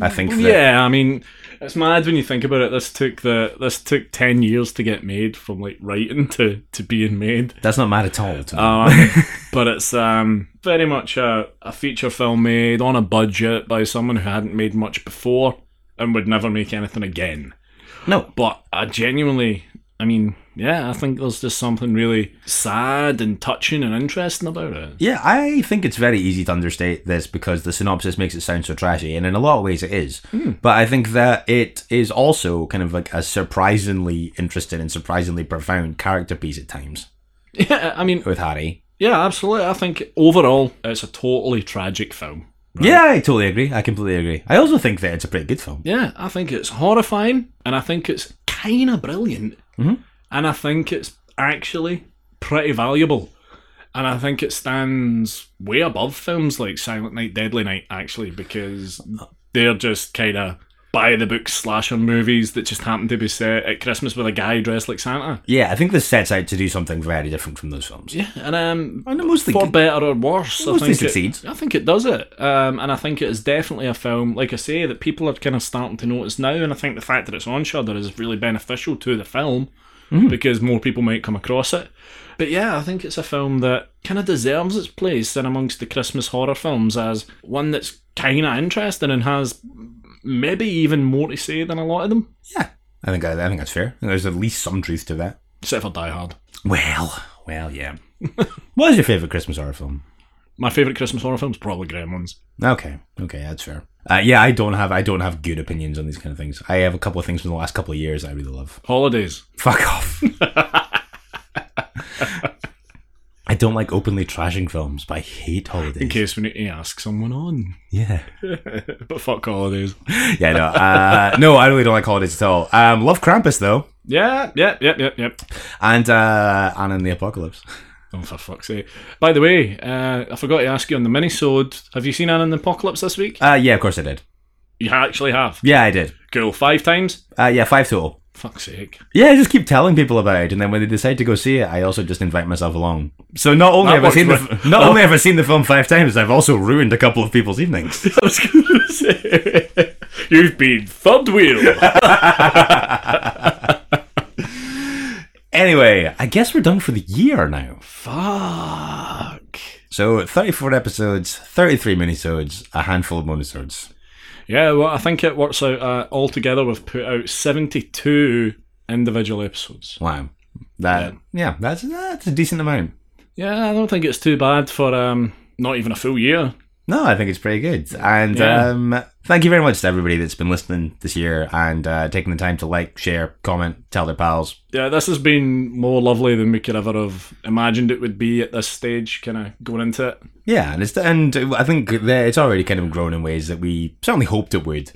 [SPEAKER 1] I think that
[SPEAKER 2] Mm, Yeah, I mean, it's mad when you think about it. This took the this took ten years to get made from like writing to to being (laughs) made.
[SPEAKER 1] that's not mad at all. To me.
[SPEAKER 2] Um, but it's um, very much a, a feature film made on a budget by someone who hadn't made much before and would never make anything again.
[SPEAKER 1] no,
[SPEAKER 2] But I genuinely, I mean, yeah, I think there's just something really sad and touching and interesting about it. (laughs)
[SPEAKER 1] Yeah, I think it's very easy to understate this because the synopsis makes it sound so trashy, and in a lot of ways it is. But I think that it is also kind of like a surprisingly interesting and surprisingly profound character piece at times
[SPEAKER 2] Yeah, I mean,
[SPEAKER 1] with Harry.
[SPEAKER 2] yeah, absolutely. I think overall, it's a totally tragic film.
[SPEAKER 1] Yeah, I totally agree. I completely agree. I also think that it's a pretty good film.
[SPEAKER 2] Yeah, I think it's horrifying and I think it's kind of brilliant.
[SPEAKER 1] Mhm.
[SPEAKER 2] And I think it's actually pretty valuable. And I think it stands way above films like Silent Night, Deadly Night, actually, because they're just kind of by the book slasher movies that just happen to be set at Christmas with a guy dressed like Santa.
[SPEAKER 1] Yeah, I think this sets out to do something very different from those films.
[SPEAKER 2] Yeah, and um,
[SPEAKER 1] And it mostly
[SPEAKER 2] for better or worse, I
[SPEAKER 1] Mostly
[SPEAKER 2] think
[SPEAKER 1] succeeds.
[SPEAKER 2] It, I think it does it, um, and I think it is definitely a film, like I say, that people are kind of starting to notice now, and I think the fact that it's on Shudder is really beneficial to the film
[SPEAKER 1] Mm-hmm.
[SPEAKER 2] because more people might come across it. But yeah, I think it's a film that kind of deserves its place in amongst the Christmas horror films as one that's kind of interesting and has maybe even more to say than a lot of them,
[SPEAKER 1] yeah, I think I, I think that's fair. I think there's at least some truth to that.
[SPEAKER 2] except for Die Hard.
[SPEAKER 1] Well, well, yeah. (laughs) what is your favorite Christmas horror film?
[SPEAKER 2] My favorite Christmas horror film is probably Gremlins.
[SPEAKER 1] Okay, okay, that's fair. Uh, yeah, I don't have I don't have good opinions on these kind of things. I have a couple of things from the last couple of years I really love. (laughs)
[SPEAKER 2] Holidays.
[SPEAKER 1] Fuck off. I don't like openly trashing films, but I hate holidays.
[SPEAKER 2] In case we need to ask someone on.
[SPEAKER 1] Yeah,
[SPEAKER 2] (laughs) but fuck holidays.
[SPEAKER 1] yeah, no, uh, no, I really don't like holidays at all. Um, love Krampus though.
[SPEAKER 2] Yeah, yeah, yeah, yeah, yeah.
[SPEAKER 1] and uh, Anne and the Apocalypse.
[SPEAKER 2] Oh, for fuck's sake. By the way, uh, I forgot to ask you on the minisode, have you seen Anne and the Apocalypse this week?
[SPEAKER 1] Uh, yeah, of course I did.
[SPEAKER 2] You actually have.
[SPEAKER 1] Yeah, I did.
[SPEAKER 2] Cool. Five times?
[SPEAKER 1] Uh, yeah, five total.
[SPEAKER 2] Fuck's sake.
[SPEAKER 1] Yeah, I just keep telling people about it, and then when they decide to go see it, I also just invite myself along. So not only
[SPEAKER 2] That
[SPEAKER 1] have I
[SPEAKER 2] works
[SPEAKER 1] seen the,
[SPEAKER 2] well.
[SPEAKER 1] f- (laughs) not only have I seen the film five times, I've also ruined a couple of people's evenings.
[SPEAKER 2] (laughs) I was going to say, you've been third wheel.
[SPEAKER 1] anyway, I guess we're done for the year now.
[SPEAKER 2] Fuck.
[SPEAKER 1] So 34 episodes, 33 minisodes, a handful of monosodes.
[SPEAKER 2] Yeah, well, I think it works out uh, altogether. We've put out 72 individual episodes.
[SPEAKER 1] Wow. That yeah, that's that's a decent amount.
[SPEAKER 2] Yeah, I don't think it's too bad for um, not even a full year.
[SPEAKER 1] No, I think it's pretty good. And
[SPEAKER 2] Yeah.
[SPEAKER 1] um, thank you very much to everybody that's been listening this year and uh, taking the time to like, share, comment, tell their pals.
[SPEAKER 2] Yeah, this has been more lovely than we could ever have imagined it would be at this stage, kind of going into it.
[SPEAKER 1] Yeah, and it's and I think that it's already kind of grown in ways that we certainly hoped it would.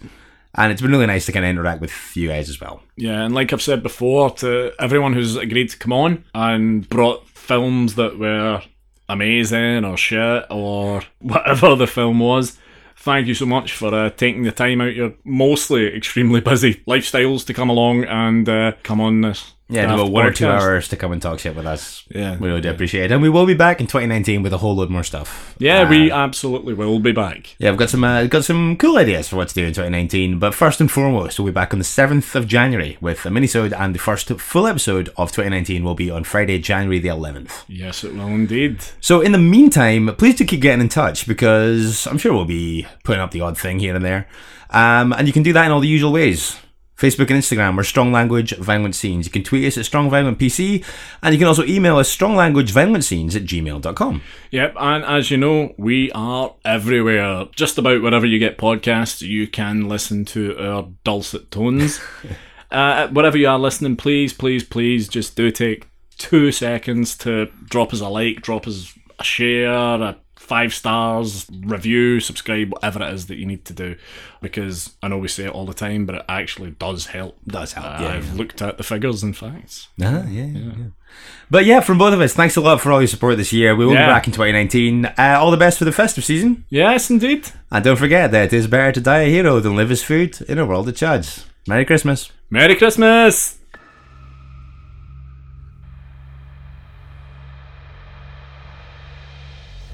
[SPEAKER 1] And it's been really nice to kind of interact with you guys as well.
[SPEAKER 2] Yeah, and like I've said before, to everyone who's agreed to come on and brought films that were amazing or shit or whatever the film was, thank you so much for uh, taking the time out your mostly extremely busy lifestyles to come along and uh, come on this.
[SPEAKER 1] Yeah,
[SPEAKER 2] daft
[SPEAKER 1] about one or two
[SPEAKER 2] podcast.
[SPEAKER 1] hours to come and talk shit with us.
[SPEAKER 2] Yeah.
[SPEAKER 1] we really do appreciate it, and we will be back in 2019 with a whole load more stuff.
[SPEAKER 2] Yeah,
[SPEAKER 1] Uh,
[SPEAKER 2] we absolutely will be back.
[SPEAKER 1] Yeah, I've got some uh, got some cool ideas for what to do in 2019. But first and foremost, we'll be back on the 7th of January with a minisode, and the first full episode of 2019 will be on Friday, January the 11th.
[SPEAKER 2] Yes, it will indeed.
[SPEAKER 1] So in the meantime, please do keep getting in touch because I'm sure we'll be putting up the odd thing here and there. Um, and you can do that in all the usual ways. Facebook and Instagram are Strong Language Violent Scenes. You can tweet us at Strong Violent PC, and you can also email us stronglanguageviolentscenes at gmail.com.
[SPEAKER 2] Yep, and as you know, we are everywhere. Just about wherever you get podcasts, you can listen to our dulcet
[SPEAKER 1] (laughs)
[SPEAKER 2] tones. uh, wherever you are listening, please, please, please just do take two seconds to drop us a like, drop us a share, a five stars, review, subscribe, whatever it is that you need to do. Because I know we say it all the time, but it actually does help.
[SPEAKER 1] Does help,
[SPEAKER 2] Uh,
[SPEAKER 1] yeah,
[SPEAKER 2] I've looked at the figures and facts.
[SPEAKER 1] Ah, yeah, yeah. yeah. But yeah, from both of us, thanks a lot for all your support this year. We will
[SPEAKER 2] Yeah.
[SPEAKER 1] be back in 2019. Uh, all the best for the festive season.
[SPEAKER 2] Yes, indeed.
[SPEAKER 1] And don't forget that it is better to die a hero than live as food in a world of chuds. Merry Christmas.
[SPEAKER 2] Merry Christmas!